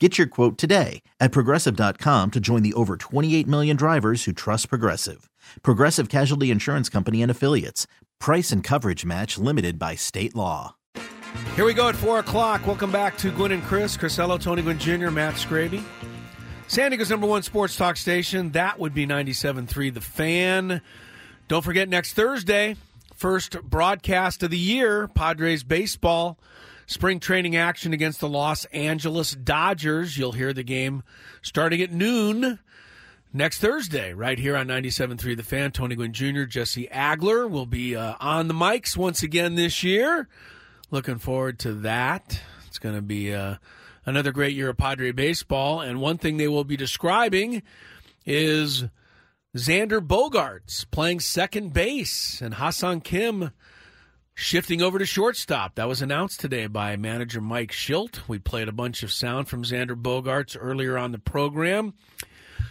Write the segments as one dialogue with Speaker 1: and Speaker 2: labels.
Speaker 1: Get your quote today at progressive.com to join the over 28 million drivers who trust Progressive. Progressive Casualty Insurance Company and Affiliates. Price and coverage match limited by state law.
Speaker 2: Here we go at 4 o'clock. Welcome back to Gwen and Chris. Crisello, Tony Gwynn Jr., Matt Scraby. San Diego's number one sports talk station. That would be 97.3 The Fan. Don't forget next Thursday, first broadcast of the year, Padres baseball spring training action against the Los Angeles Dodgers. You'll hear the game starting at noon next Thursday, right here on 97.3 The Fan. Tony Gwynn Jr., Jesse Agler will be uh, on the mics once again this year. Looking forward to that. It's going to be uh, another great year of Padre baseball. And one thing they will be describing is Xander Bogarts playing second base and Hassan Kim Shifting over to shortstop, that was announced today by manager Mike Schilt. We played a bunch of sound from Xander Bogarts earlier on the program.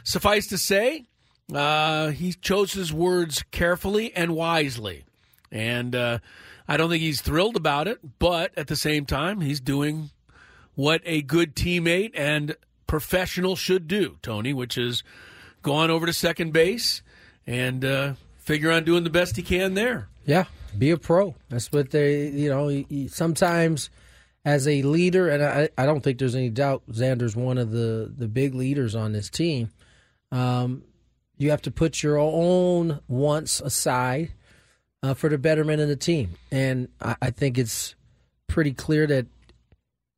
Speaker 2: Suffice to say, uh, he chose his words carefully and wisely. And uh, I don't think he's thrilled about it, but at the same time, he's doing what a good teammate and professional should do, Tony, which is go on over to second base and uh, figure on doing the best he can there.
Speaker 3: Yeah, be a pro. That's what they, you know, you- you- sometimes as a leader, and I, I don't think there's any doubt Xander's one of the, the big leaders on this team. Um, you have to put your own wants aside uh, for the betterment of the team. And I, I think it's pretty clear that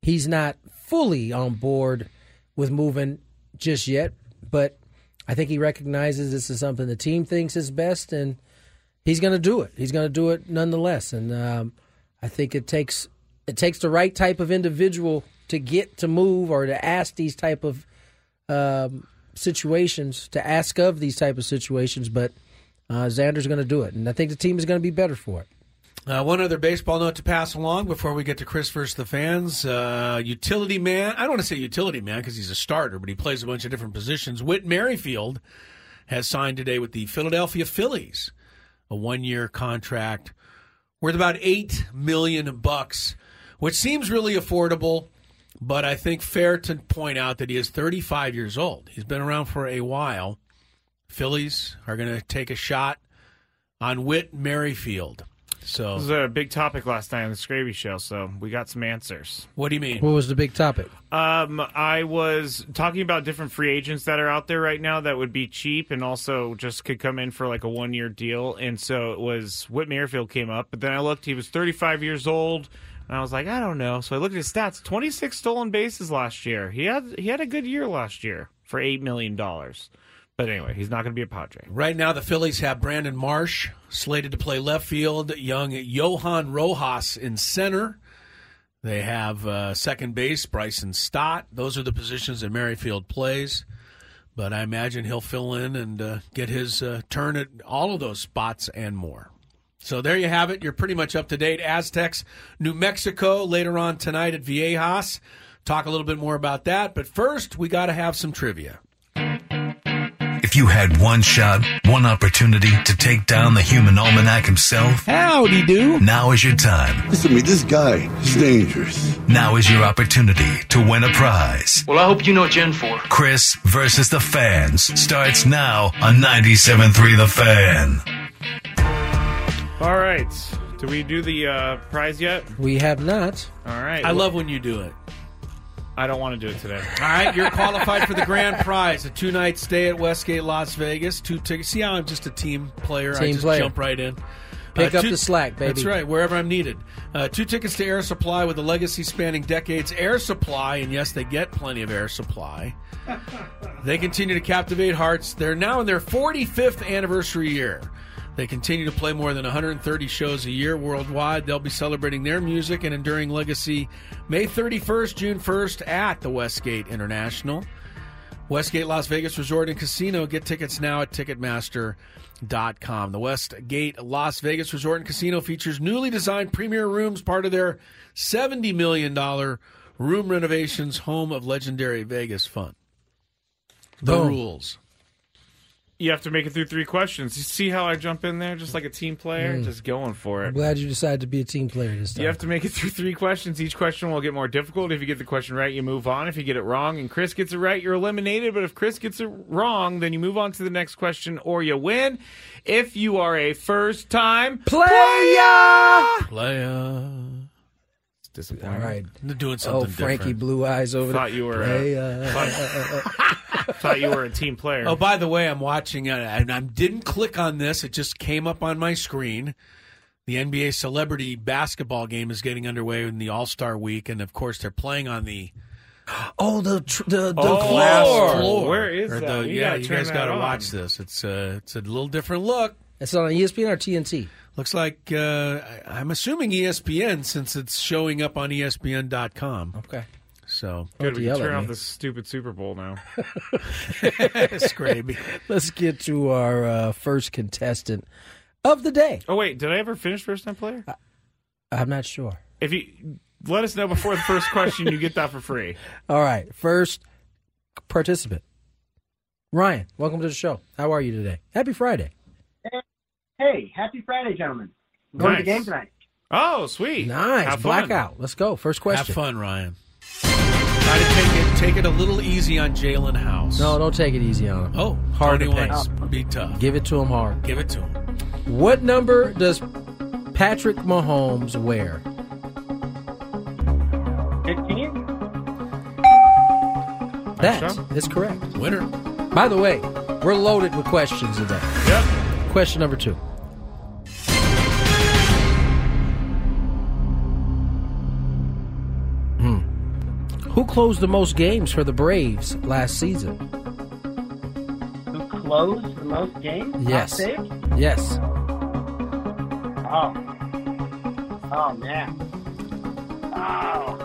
Speaker 3: he's not fully on board with moving just yet, but I think he recognizes this is something the team thinks is best and he's going to do it. He's going to do it nonetheless, and um, I think it takes it takes the right type of individual to get to move or to ask these type of um, situations, to ask of these type of situations. But uh, Xander's going to do it, and I think the team is going to be better for it.
Speaker 2: Uh, one other baseball note to pass along before we get to Chris versus the fans. Uh, utility man, I don't want to say utility man because he's a starter, but he plays a bunch of different positions. Whit Merrifield has signed today with the Philadelphia Phillies, a one-year contract worth about eight million bucks, which seems really affordable. But I think fair to point out that he is 35 years old. He's been around for a while. Phillies are going to take a shot on Whit Merrifield. So
Speaker 4: This was a big topic last night on the Scraby Show, so we got some answers.
Speaker 2: What do you mean?
Speaker 3: What was the big topic?
Speaker 4: Um, I was talking about different free agents that are out there right now that would be cheap and also just could come in for like a one year deal. And so it was Whit Merrifield came up, but then I looked, he was 35 years old. And I was like, I don't know. So I looked at his stats: twenty-six stolen bases last year. He had he had a good year last year for eight million dollars. But anyway, he's not going to be a Padre.
Speaker 2: Right now, the Phillies have Brandon Marsh slated to play left field, young Johan Rojas in center. They have uh, second base, Bryson Stott. Those are the positions that Merrifield plays. But I imagine he'll fill in and uh, get his uh, turn at all of those spots and more. So there you have it. You're pretty much up to date. Aztecs, New Mexico, later on tonight at Viejas. Talk a little bit more about that. But first, we got to have some trivia.
Speaker 5: If you had one shot, one opportunity to take down the human almanac himself,
Speaker 2: Howdy do.
Speaker 5: now is your time.
Speaker 6: Listen to me, this guy is dangerous.
Speaker 5: Now is your opportunity to win a prize.
Speaker 7: Well, I hope you know Gen 4.
Speaker 5: Chris versus the fans starts now on 97.3 The Fan.
Speaker 4: All right, do we do the uh, prize yet?
Speaker 3: We have not.
Speaker 4: All right,
Speaker 2: I love when you do it.
Speaker 4: I don't want to do it today.
Speaker 2: All right, you're qualified for the grand prize, a two night stay at Westgate Las Vegas. Two tickets. See how I'm just a team player. I
Speaker 3: Team
Speaker 2: just
Speaker 3: player.
Speaker 2: jump right in.
Speaker 3: Pick up
Speaker 2: Uh, two-
Speaker 3: the slack, baby.
Speaker 2: That's right, wherever I'm needed. Uh, two tickets to Air Supply with a legacy spanning decades. Air Supply, and yes, they get plenty of Air Supply. They continue to captivate hearts. They're now in their 45th anniversary year. They continue to play more than 130 shows a year worldwide. They'll be celebrating their music and enduring legacy May 31st, June 1st at the Westgate International. Westgate Las Vegas Resort and Casino. Get tickets now at Ticketmaster.com. The Westgate Las Vegas Resort and Casino features newly designed premier rooms, part of their $70 million room renovations, home of legendary Vegas fun. The
Speaker 3: Boom.
Speaker 2: rules.
Speaker 4: You have to make it through three questions. You see how I jump in there, just like a team
Speaker 3: Mm.
Speaker 4: player, just going for
Speaker 3: I'm
Speaker 4: it.
Speaker 3: glad you decided to be a team player this time.
Speaker 4: You have to make it through three questions. Each question will get more difficult. If you get the question right, you move on. If you get it wrong and Chris gets it right, you're eliminated. But if Chris gets it wrong, then you move on to the next question or you win. If you are a first time
Speaker 3: Player!
Speaker 2: Playa.
Speaker 4: It's disappointing.
Speaker 3: All right.
Speaker 2: They're doing something
Speaker 3: Oh, Frankie
Speaker 2: different.
Speaker 3: Blue Eyes over
Speaker 4: Thought
Speaker 3: there.
Speaker 4: you were, uh,
Speaker 3: Hey, uh,
Speaker 4: Thought you were a team player.
Speaker 2: Oh, by the way, I'm watching. uh, I, I didn't click on this. It just came up on my screen. The NBA celebrity basketball game is getting underway in the All Star Week, and of course, they're playing on the
Speaker 3: oh, the tr- the, the
Speaker 4: Oh,
Speaker 2: glass
Speaker 4: Floor.
Speaker 2: floor.
Speaker 4: Where is
Speaker 2: Or
Speaker 4: that?
Speaker 2: the-
Speaker 4: You
Speaker 2: yeah,
Speaker 4: gotta
Speaker 2: you
Speaker 4: turn
Speaker 2: guys
Speaker 4: that
Speaker 2: got to
Speaker 4: on.
Speaker 2: watch this. It's a it's a little different look.
Speaker 3: It's on E ESPN or TNT.
Speaker 2: Looks like uh, I- I'm assuming E ESPN since it's showing up on E ESPN.com.
Speaker 3: Okay.
Speaker 2: So
Speaker 4: Good, we can
Speaker 3: yell at
Speaker 4: turn off
Speaker 3: me.
Speaker 4: this stupid Super Bowl now.
Speaker 2: Scraby.
Speaker 3: Let's get to our uh, first contestant of the day.
Speaker 4: Oh wait, did I ever finish first time player?
Speaker 3: I'm not sure.
Speaker 4: If you let us know before the first question, you get that for free.
Speaker 3: All right. First participant. Ryan, welcome to the show. How are you today? Happy Friday.
Speaker 7: Hey, happy Friday, gentlemen. I'm going to the
Speaker 4: Nice.
Speaker 7: game tonight.
Speaker 4: Oh, sweet.
Speaker 3: Nice.
Speaker 4: Have fun.
Speaker 3: Blackout. Let's go. First
Speaker 2: Have
Speaker 3: question.
Speaker 2: fun, Ryan. Try to take it take it a little easy on Jalen House.
Speaker 3: No, Oh, don't take it easy on him.
Speaker 2: Oh,
Speaker 3: Hard
Speaker 2: Tony
Speaker 3: to pace.
Speaker 2: wants to be tough.
Speaker 3: Give it to him hard.
Speaker 2: Give it to him.
Speaker 3: What number does Patrick Mahomes wear?
Speaker 7: 15?
Speaker 3: That
Speaker 4: so.
Speaker 3: is correct.
Speaker 2: Winner.
Speaker 3: By the way, we're loaded with questions today.
Speaker 4: Yep.
Speaker 3: Question number two. Hmm. Who closed the most games for the Braves last season?
Speaker 7: Who closed the most games?
Speaker 3: Yes.
Speaker 7: Top six?
Speaker 3: Yes.
Speaker 7: Oh. Oh, man. Oh.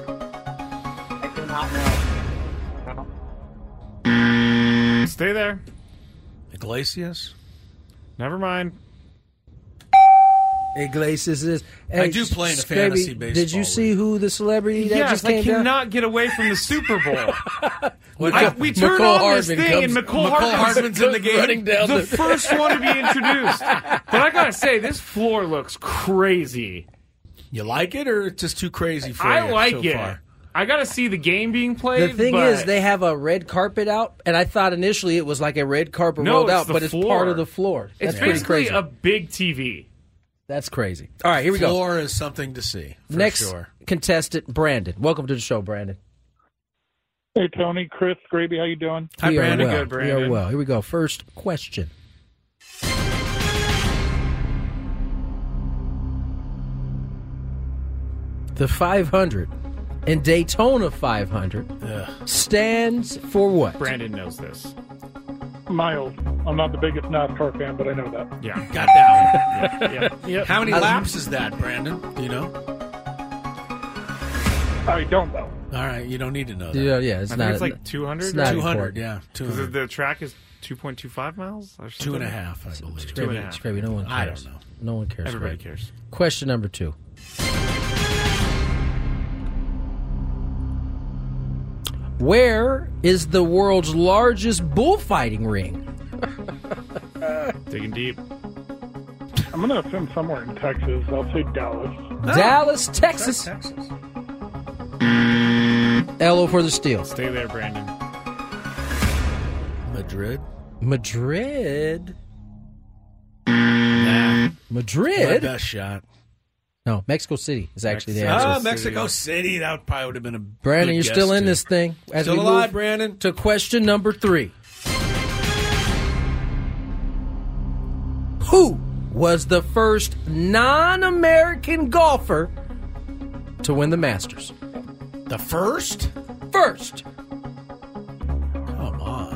Speaker 7: I do not know.
Speaker 4: Stay there.
Speaker 2: Iglesias.
Speaker 4: Never mind.
Speaker 3: Iglesias is.
Speaker 2: I do play in a fantasy
Speaker 3: Did
Speaker 2: baseball
Speaker 3: you see
Speaker 2: league.
Speaker 3: who the celebrity that
Speaker 4: yes,
Speaker 3: just
Speaker 4: I
Speaker 3: came down?
Speaker 4: cannot get away from the Super Bowl.
Speaker 3: What-
Speaker 4: I, we turn
Speaker 3: McCall
Speaker 4: on this
Speaker 3: Hardman
Speaker 4: thing,
Speaker 3: comes-
Speaker 4: and
Speaker 2: McCall
Speaker 4: McCall, Hardman's,
Speaker 2: Hardman's in the game.
Speaker 3: running down
Speaker 4: the
Speaker 3: the-
Speaker 4: first one to be introduced. But I gotta say, this floor looks crazy.
Speaker 2: You like it or it's just too crazy for you?
Speaker 4: I like
Speaker 2: so
Speaker 4: it.
Speaker 2: Far?
Speaker 4: I gotta see the game being
Speaker 3: The
Speaker 4: played.
Speaker 3: thing
Speaker 4: but
Speaker 3: is, they have a red carpet out, and I thought initially it was like a red carpet
Speaker 4: No,
Speaker 3: rolled
Speaker 4: it's
Speaker 3: out,
Speaker 4: the
Speaker 3: but it's
Speaker 4: floor.
Speaker 3: part of the floor.
Speaker 4: it's
Speaker 3: That's pretty
Speaker 4: basically
Speaker 3: crazy.
Speaker 4: a big TV.
Speaker 3: That's crazy. All right, here we go.
Speaker 2: Floor is something to see. For
Speaker 3: Next
Speaker 2: sure.
Speaker 3: contestant, Brandon. Welcome to the show, Brandon.
Speaker 8: Hey Tony, Chris, Graby, how you doing?
Speaker 2: Hi,
Speaker 3: we
Speaker 2: Brandon.
Speaker 3: Are well.
Speaker 4: Good, Brandon.
Speaker 3: We are well. Here we go. First question. The 500 and Daytona 500 stands for what?
Speaker 4: Brandon knows this.
Speaker 8: Miles. I'm not the biggest NASCAR fan, but I know that.
Speaker 4: Yeah.
Speaker 2: Got that one.
Speaker 4: yeah. Yep.
Speaker 2: How many laps is that, Brandon? Do you know?
Speaker 8: I don't know.
Speaker 2: All right, you don't need to know that.
Speaker 3: Yeah, yeah, it's
Speaker 4: I
Speaker 3: not.
Speaker 4: think it's like 200.
Speaker 3: it's not-
Speaker 2: 200,
Speaker 3: important.
Speaker 2: yeah.
Speaker 4: Is it-
Speaker 2: 200.
Speaker 4: the track is 2.25 miles? Or
Speaker 2: Hmm. Two and a
Speaker 4: something?
Speaker 2: half, I believe.
Speaker 4: two and a
Speaker 3: Scrappy,
Speaker 4: half.
Speaker 3: Scrappy, no one cares.
Speaker 2: I don't know.
Speaker 3: No one cares.
Speaker 4: Everybody
Speaker 3: Scrappy.
Speaker 4: cares.
Speaker 3: Question number two. Where is the world's largest bullfighting ring?
Speaker 4: Digging deep.
Speaker 8: I'm gonna assume somewhere in Texas. I'll say
Speaker 2: Oh.
Speaker 8: Dallas.
Speaker 3: Dallas, Texas.
Speaker 2: Texas.
Speaker 3: Elo for the steal.
Speaker 4: Stay there, Brandon.
Speaker 2: Madrid.
Speaker 3: Madrid.
Speaker 2: Nah,
Speaker 3: Madrid.
Speaker 2: My best shot.
Speaker 3: No, Mexico City is actually the answer.
Speaker 2: Ah,
Speaker 4: Mexico
Speaker 2: Mexico City. That probably would have been a.
Speaker 3: Brandon,
Speaker 2: good
Speaker 3: you're
Speaker 2: guess,
Speaker 3: still in
Speaker 2: too.
Speaker 3: this thing. As
Speaker 2: Still
Speaker 3: we
Speaker 2: alive,
Speaker 3: move
Speaker 2: Brandon.
Speaker 3: To question number three. Who was the first non-American golfer to win the Masters?
Speaker 2: The first?
Speaker 3: First,
Speaker 2: Come on.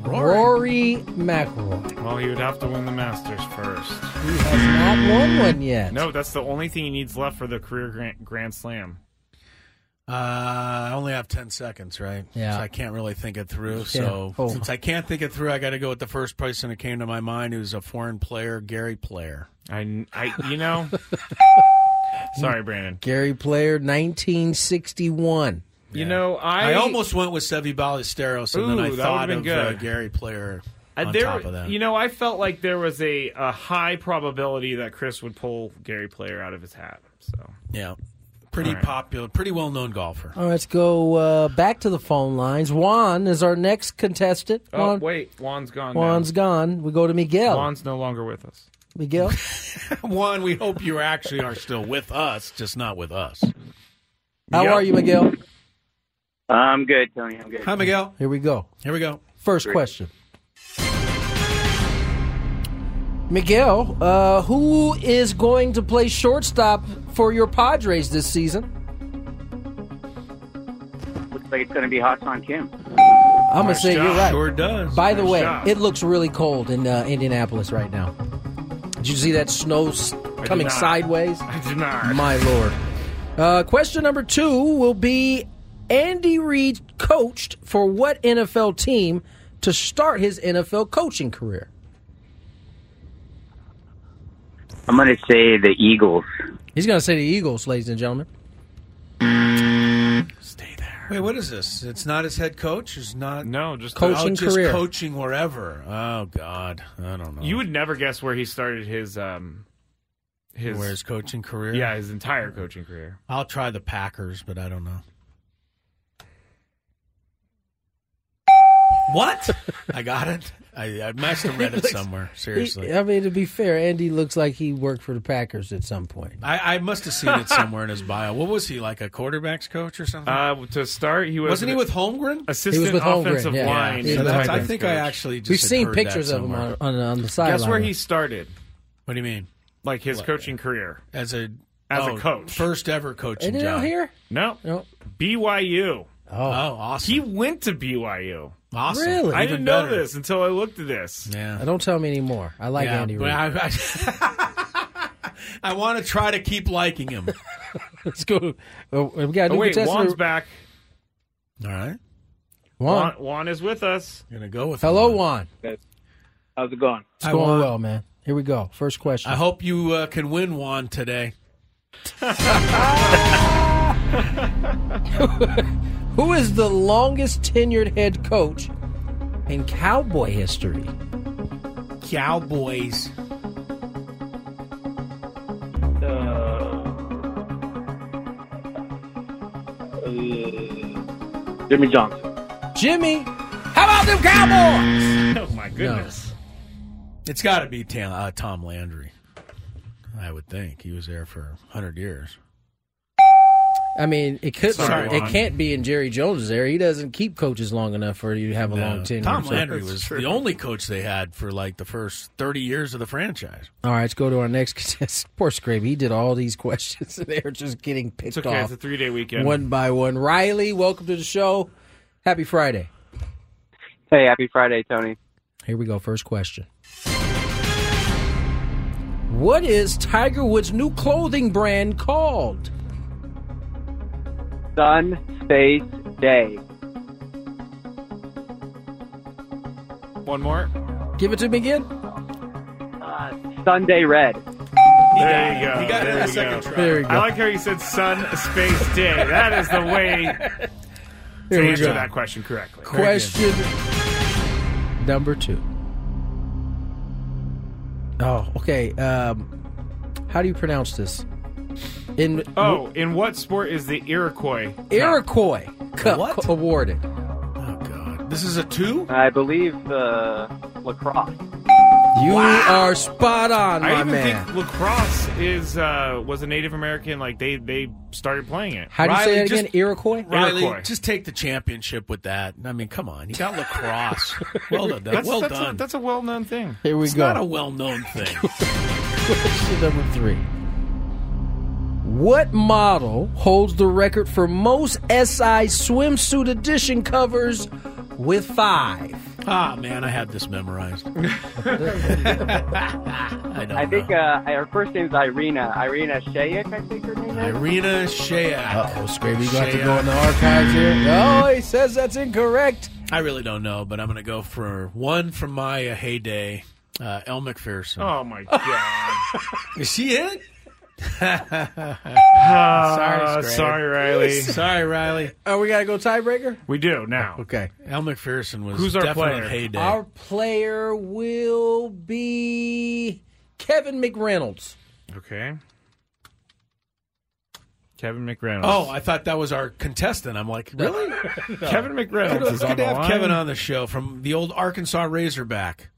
Speaker 3: Rory McIlroy.
Speaker 4: Well, he would have to win the Masters first.
Speaker 3: He has not won one yet.
Speaker 4: No, that's the only thing he needs left for the career grand, grand slam.
Speaker 2: Uh, I only have 10 seconds, right?
Speaker 3: Yeah.
Speaker 2: So I can't really think it through. So
Speaker 3: Oh.
Speaker 2: since I can't think it through, I got to go with the first person that came to my mind who's a foreign player, Gary Player.
Speaker 4: I, I you know. Sorry, Brandon.
Speaker 3: Gary Player, 1961.
Speaker 4: You know, I,
Speaker 2: I, almost went with Sevi Ballesteros, and then
Speaker 4: Ooh,
Speaker 2: I
Speaker 4: that
Speaker 2: thought
Speaker 4: would've
Speaker 2: of
Speaker 4: been
Speaker 2: uh,
Speaker 4: good.
Speaker 2: Gary Player
Speaker 4: I-
Speaker 2: on
Speaker 4: there,
Speaker 2: top of that.
Speaker 4: You know, I felt like there was a, a high probability that Chris would pull Gary Player out of his hat. So
Speaker 2: yeah. Pretty
Speaker 4: All right.
Speaker 2: popular, pretty well known golfer.
Speaker 3: All right, let's go uh, back to the phone lines. Juan is our next contestant.
Speaker 4: Oh
Speaker 3: Juan,
Speaker 4: wait, Juan's gone.
Speaker 3: Juan's gone. We go to Miguel.
Speaker 4: Juan's no longer with us.
Speaker 3: Miguel.
Speaker 2: One, we hope you actually are still with us, just not with us.
Speaker 3: How
Speaker 4: Yep.
Speaker 3: are you, Miguel?
Speaker 9: I'm good, Tony. I'm good.
Speaker 2: Hi, Miguel.
Speaker 3: Here we go.
Speaker 2: Here we go.
Speaker 3: First question. Miguel, uh, who is going to play shortstop for your Padres this season?
Speaker 9: Looks like it's going to be Hassan Kim.
Speaker 3: I'm going to say you're right.
Speaker 2: Sure does.
Speaker 3: By the way,
Speaker 4: shot.
Speaker 3: it looks really cold in uh, Indianapolis right now. Did you see that snow s- coming
Speaker 4: not.
Speaker 3: sideways?
Speaker 4: I did not.
Speaker 3: My lord. Uh, question number two will be Andy Reid coached for what NFL team to start his NFL coaching career?
Speaker 9: I'm going to say the Eagles.
Speaker 3: He's going to say the Eagles, ladies and gentlemen.
Speaker 4: Stay there.
Speaker 2: Wait, what is this? It's not his head coach. It's not
Speaker 4: No, just
Speaker 2: Oh,
Speaker 3: Coach-
Speaker 4: Oh,
Speaker 3: Coaching
Speaker 2: just
Speaker 3: career.
Speaker 2: coaching wherever. Oh God, I don't know.
Speaker 4: you would never guess where he started his um his
Speaker 2: where his coaching career?
Speaker 4: yeah his entire coaching career.
Speaker 2: I'll try the Packers, but I don't know. What? I got it. I, I must have read it somewhere. Seriously,
Speaker 3: He- I mean, to be fair, Andy looks like he worked for the Packers at some point.
Speaker 2: I, I must have seen it somewhere in his bio. What was he like? A quarterbacks coach or something?
Speaker 4: Uh, to start, he was
Speaker 2: Wasn't he with Holmgren?
Speaker 4: assistant
Speaker 3: He was with Holmgren,
Speaker 4: offensive
Speaker 3: yeah.
Speaker 4: line.
Speaker 3: Yeah,
Speaker 2: So
Speaker 4: and
Speaker 2: that's,
Speaker 4: tight
Speaker 2: I
Speaker 4: ends
Speaker 2: think I
Speaker 4: coach.
Speaker 2: actually just
Speaker 3: We've
Speaker 2: had
Speaker 3: seen
Speaker 2: heard that
Speaker 3: pictures of him
Speaker 2: somewhere.
Speaker 3: on, on, on the sideline.
Speaker 4: Guess where he started,
Speaker 2: What do you mean?
Speaker 4: like his coaching career.
Speaker 2: As a
Speaker 4: As a
Speaker 2: oh,
Speaker 4: coach.
Speaker 2: first ever coaching
Speaker 3: Isn't it
Speaker 2: job
Speaker 3: out here?
Speaker 4: No,
Speaker 3: No.
Speaker 4: BYU.
Speaker 2: Oh,
Speaker 3: Oh,
Speaker 2: awesome!
Speaker 4: He went to BYU.
Speaker 2: awesome.
Speaker 3: Really?
Speaker 4: I
Speaker 2: Even
Speaker 4: didn't know
Speaker 2: better.
Speaker 4: this until I looked at this. Oh,
Speaker 2: Yeah.
Speaker 3: Uh, don't tell me anymore. I like
Speaker 2: Yeah,
Speaker 3: Andy
Speaker 2: but
Speaker 3: Reid.
Speaker 2: I, I- I want to try to keep liking him. All
Speaker 3: Let's go. Oh, we got a
Speaker 4: Oh,
Speaker 3: new
Speaker 4: wait,
Speaker 3: contestant.
Speaker 4: Juan's back.
Speaker 2: right,
Speaker 3: Juan.
Speaker 4: Juan, Juan is with us.
Speaker 2: gonna go with
Speaker 3: Hello,
Speaker 2: him.
Speaker 3: Juan.
Speaker 9: How's it going?
Speaker 3: It's
Speaker 2: Hi,
Speaker 3: going
Speaker 2: Juan.
Speaker 3: well, man. Here we go. First question.
Speaker 2: I hope you uh, can win Juan today.
Speaker 3: Who is the longest tenured head coach in cowboy history?
Speaker 2: Cowboys.
Speaker 9: Uh, uh, Jimmy Johnson.
Speaker 3: Jimmy, how about them Cowboys?
Speaker 4: Oh my goodness.
Speaker 2: It's got to be Tam, uh, Tom Landry. I would think he was there for hundred years.
Speaker 3: I mean, it could.
Speaker 4: Sorry,
Speaker 3: it
Speaker 4: Juan.
Speaker 3: can't be in Jerry Jones' era. He doesn't keep coaches long enough for you to have a long
Speaker 2: Uh,
Speaker 3: tenure.
Speaker 2: Tom
Speaker 3: so-
Speaker 2: Landry
Speaker 4: That's
Speaker 2: was
Speaker 4: true.
Speaker 2: the only coach they had for like the first thirty years of the franchise.
Speaker 3: All right, let's go to our next contestant. Poor Scrape. He did all these questions, and they're just getting picked
Speaker 4: It's okay.
Speaker 3: off
Speaker 4: It's a three day weekend.
Speaker 3: one by one. Riley, welcome to the show. Happy Friday.
Speaker 9: Hey, happy Friday, Tony.
Speaker 3: Here we go. First question. What is Tiger Woods' new clothing brand called?
Speaker 9: Sun, space, day.
Speaker 4: One more.
Speaker 3: Give it to me again.
Speaker 9: Uh, Sunday red.
Speaker 4: There you go.
Speaker 2: He got it
Speaker 4: there
Speaker 2: in the
Speaker 4: you
Speaker 2: second
Speaker 4: go.
Speaker 2: try.
Speaker 3: There you
Speaker 4: I
Speaker 3: go.
Speaker 4: like how you said sun, space, day. That is the way
Speaker 3: There
Speaker 4: to
Speaker 3: you
Speaker 4: answer
Speaker 3: go.
Speaker 4: that question correctly.
Speaker 3: Question number two. Oh, okay. Um, how do you pronounce this? In
Speaker 4: Oh, in what sport is the Iroquois? Cup?
Speaker 3: Iroquois Cup
Speaker 2: What?
Speaker 3: awarded.
Speaker 2: Oh God, this is a two.
Speaker 9: I believe uh, lacrosse.
Speaker 3: You are spot on,
Speaker 4: I
Speaker 3: my
Speaker 4: even
Speaker 3: man.
Speaker 4: think lacrosse is uh, was a Native American. Like they they started playing it.
Speaker 3: How do you say
Speaker 2: Riley,
Speaker 3: that again?
Speaker 2: just-
Speaker 3: Iroquois?
Speaker 2: Riley,
Speaker 4: Iroquois.
Speaker 2: just take the championship with that. I mean, come on, you got lacrosse. well done,
Speaker 4: That's
Speaker 2: well
Speaker 4: that's
Speaker 2: done.
Speaker 4: A, that's a well known thing.
Speaker 3: Here we
Speaker 2: it's
Speaker 3: go.
Speaker 2: not a well-known thing.
Speaker 3: Question number three. What model holds the record for most SI swimsuit edition covers with five?
Speaker 2: ah, man, I had this memorized. I don't
Speaker 9: I think
Speaker 2: know.
Speaker 9: uh, her first name's Irina. Irina Shayek, I think her
Speaker 4: uh,
Speaker 9: name is.
Speaker 2: Irina Shea.
Speaker 3: Uh-oh, Scraby, you got to go in the archives here. Oh, he says that's incorrect.
Speaker 2: I really don't know, but I'm going to go for one from my uh, heyday, uh, Elle McPherson.
Speaker 4: Oh my god. Oh.
Speaker 2: Is she in?
Speaker 4: Ah,
Speaker 2: Sorry, Scrape.
Speaker 4: sorry, Riley.
Speaker 2: Sorry, Riley.
Speaker 3: Oh, we got to go tiebreaker?
Speaker 4: We do now.
Speaker 3: Okay.
Speaker 2: Elle McPherson was
Speaker 4: Who's our
Speaker 2: definite
Speaker 4: player?
Speaker 2: heyday.
Speaker 3: Our player will be Kevin McReynolds.
Speaker 4: Okay. Kevin McReynolds.
Speaker 2: oh, I thought that was our contestant. I'm like, really?
Speaker 4: Kevin
Speaker 2: Good,
Speaker 4: McReynolds is
Speaker 2: good to
Speaker 4: on the
Speaker 2: have
Speaker 4: line.
Speaker 2: Kevin on the show from the old Arkansas Razorback.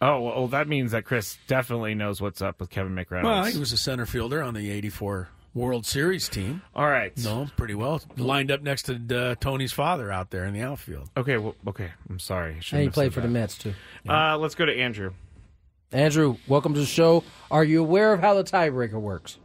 Speaker 4: Oh, well, that means that Chris definitely knows what's up with Kevin McReynolds.
Speaker 2: Well, he was a center fielder on the 84 World Series team.
Speaker 4: All right.
Speaker 2: Know him pretty well. Lined up next to uh, Tony's father out there in the outfield.
Speaker 4: Okay. Well, okay. I'm sorry. I shouldn't
Speaker 3: And he
Speaker 4: have
Speaker 3: played
Speaker 4: said
Speaker 3: for the
Speaker 4: that.
Speaker 3: Mets, too.
Speaker 4: Uh, let's go to Andrew.
Speaker 3: Andrew, welcome to the show. Are you aware of how the tiebreaker works?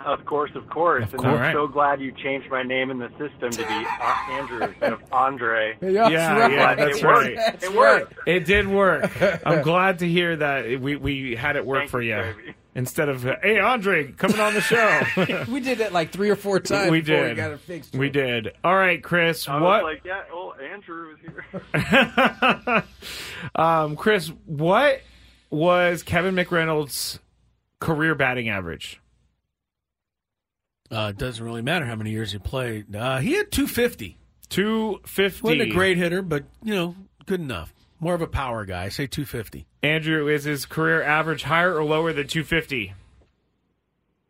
Speaker 9: Of course, of course. and
Speaker 4: course.
Speaker 9: I'm so glad you changed my name in the system to be uh, Andrew instead of Andre.
Speaker 4: yeah, yeah, that's
Speaker 9: it worked.
Speaker 4: right.
Speaker 9: It worked.
Speaker 4: It did work. I'm glad to hear that we, we had it work
Speaker 9: Thank
Speaker 4: for
Speaker 9: you,
Speaker 4: you.
Speaker 9: baby.
Speaker 4: Instead of, uh, hey, Andre, coming on the show.
Speaker 3: We did that like three or four times
Speaker 4: we
Speaker 3: before
Speaker 4: did.
Speaker 3: we got it fixed.
Speaker 4: We did. All right, Chris.
Speaker 9: I
Speaker 4: what?
Speaker 9: was like, yeah, well, Andrew was here.
Speaker 4: um, Chris, what was Kevin McReynolds' career batting average?
Speaker 2: Uh, it doesn't really matter how many years he played. Uh, he had 250.
Speaker 4: 250.
Speaker 2: Wasn't a great hitter, but, you know, good enough. More of a power guy. Say 250.
Speaker 4: Andrew, is his career average higher or lower than 250?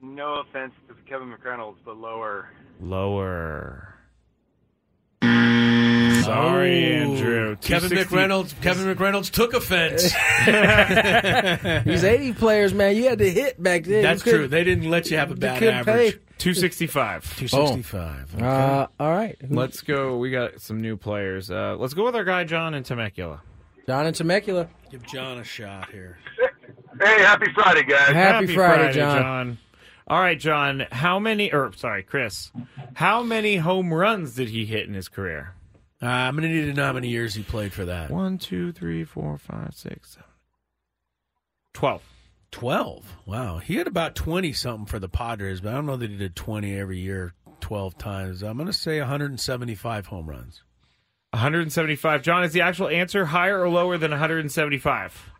Speaker 9: No offense to Kevin McReynolds, but lower.
Speaker 4: Lower.
Speaker 3: Mm.
Speaker 4: Sorry, Andrew.
Speaker 2: Kevin
Speaker 4: 260
Speaker 2: McReynolds. Kevin McReynolds took offense.
Speaker 3: These 80 players, man, you had to hit back then.
Speaker 2: That's
Speaker 3: You couldn't-
Speaker 2: true. They didn't let you have a bad
Speaker 3: couldn't
Speaker 2: average.
Speaker 3: pay.
Speaker 4: 265.
Speaker 2: 265.
Speaker 3: Uh, all right.
Speaker 4: Let's go. We got some new players. Uh, let's go with our guy, John, in Temecula.
Speaker 3: John and Temecula.
Speaker 2: Give John a shot here.
Speaker 9: Hey, happy Friday, guys.
Speaker 3: Happy, Friday, John.
Speaker 4: All right, John. How many, or sorry, Chris, how many home runs did he hit in his career?
Speaker 2: Uh, I'm going to need to know how many years he played for that.
Speaker 4: One, two, three, four, five, six, seven. Twelve.
Speaker 2: 12. Wow. He had about 20 something for the Padres, but I don't know that he did 20 every year 12 times. I'm going to say 175 home runs.
Speaker 4: 175. John, is the actual answer higher or lower than 175?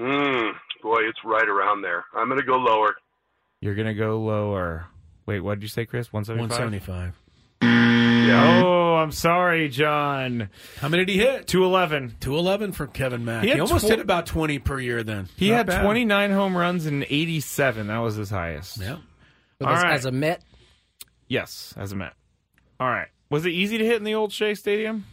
Speaker 10: Mm, boy, it's right around there. I'm going to go lower.
Speaker 4: You're going to go lower. Wait, what did you say, Chris? 175?
Speaker 2: 175.
Speaker 4: Oh, I'm sorry, John.
Speaker 2: How many did he hit?
Speaker 4: 211.
Speaker 2: 211 for Kevin Mack.
Speaker 4: He
Speaker 2: He,
Speaker 4: had
Speaker 2: almost
Speaker 4: tw-
Speaker 2: hit about 20 per year then.
Speaker 4: He
Speaker 2: Not
Speaker 4: had
Speaker 2: bad.
Speaker 4: 29 home runs and 87. That was his highest.
Speaker 2: Yeah.
Speaker 3: With
Speaker 4: All
Speaker 3: us
Speaker 4: right.
Speaker 3: As a Met.
Speaker 4: Yes, as a Met. All right. Was it easy to hit in the old Shea Stadium?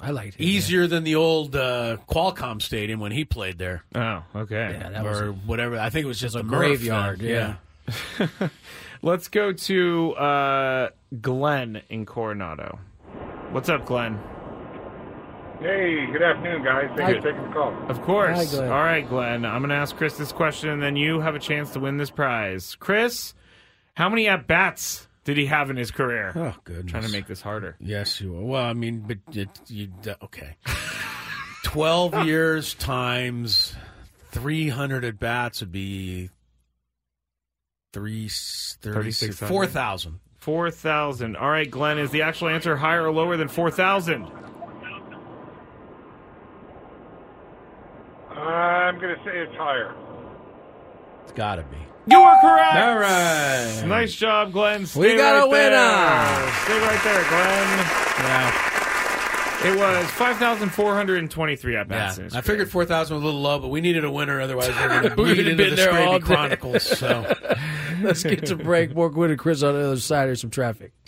Speaker 3: I liked it.
Speaker 2: Easier than the old uh, Qualcomm Stadium when he played there,
Speaker 4: Oh, okay.
Speaker 3: Yeah, that was
Speaker 2: or whatever. I think it was just a
Speaker 3: a
Speaker 2: Murph
Speaker 3: graveyard.
Speaker 2: then.
Speaker 3: Yeah.
Speaker 4: Let's go to uh, Glenn in Coronado. What's up, Glenn?
Speaker 10: Hey, good afternoon, guys. Thanks for taking the call.
Speaker 4: Of course.
Speaker 3: Hi, Glenn.
Speaker 4: All right, Glenn. I'm going to ask Chris this question, and then you have a chance to win this prize. Chris, how many at bats did he have in his career?
Speaker 2: Oh, goodness.
Speaker 4: Trying to make this harder.
Speaker 2: Yes, you are. Well, I mean, but it, you okay? Twelve years times three hundred at bats would be three thirty six
Speaker 4: 3,600.
Speaker 2: four thousand.
Speaker 4: 4,000. All right, Glenn, is the actual answer higher or lower than 4,000?
Speaker 10: I'm going to say it's higher.
Speaker 2: It's got to be.
Speaker 4: You are correct.
Speaker 2: All right.
Speaker 4: Nice job, Glenn. Stay
Speaker 3: We got
Speaker 4: right
Speaker 3: a winner.
Speaker 4: there. Stay right there, Glenn.
Speaker 2: Yeah,
Speaker 4: It was 5,423 at
Speaker 2: yeah.
Speaker 4: bats. in his
Speaker 2: I
Speaker 4: career.
Speaker 2: figured four thousand was a little low, but we needed a winner. Otherwise, we're going to
Speaker 3: We
Speaker 2: bleed
Speaker 3: would've
Speaker 2: into
Speaker 3: been
Speaker 2: the
Speaker 3: there all
Speaker 2: Scraby
Speaker 3: day.
Speaker 2: Chronicles. So.
Speaker 3: Let's get to break. More Gwen and Chris on the other side. Here's some traffic.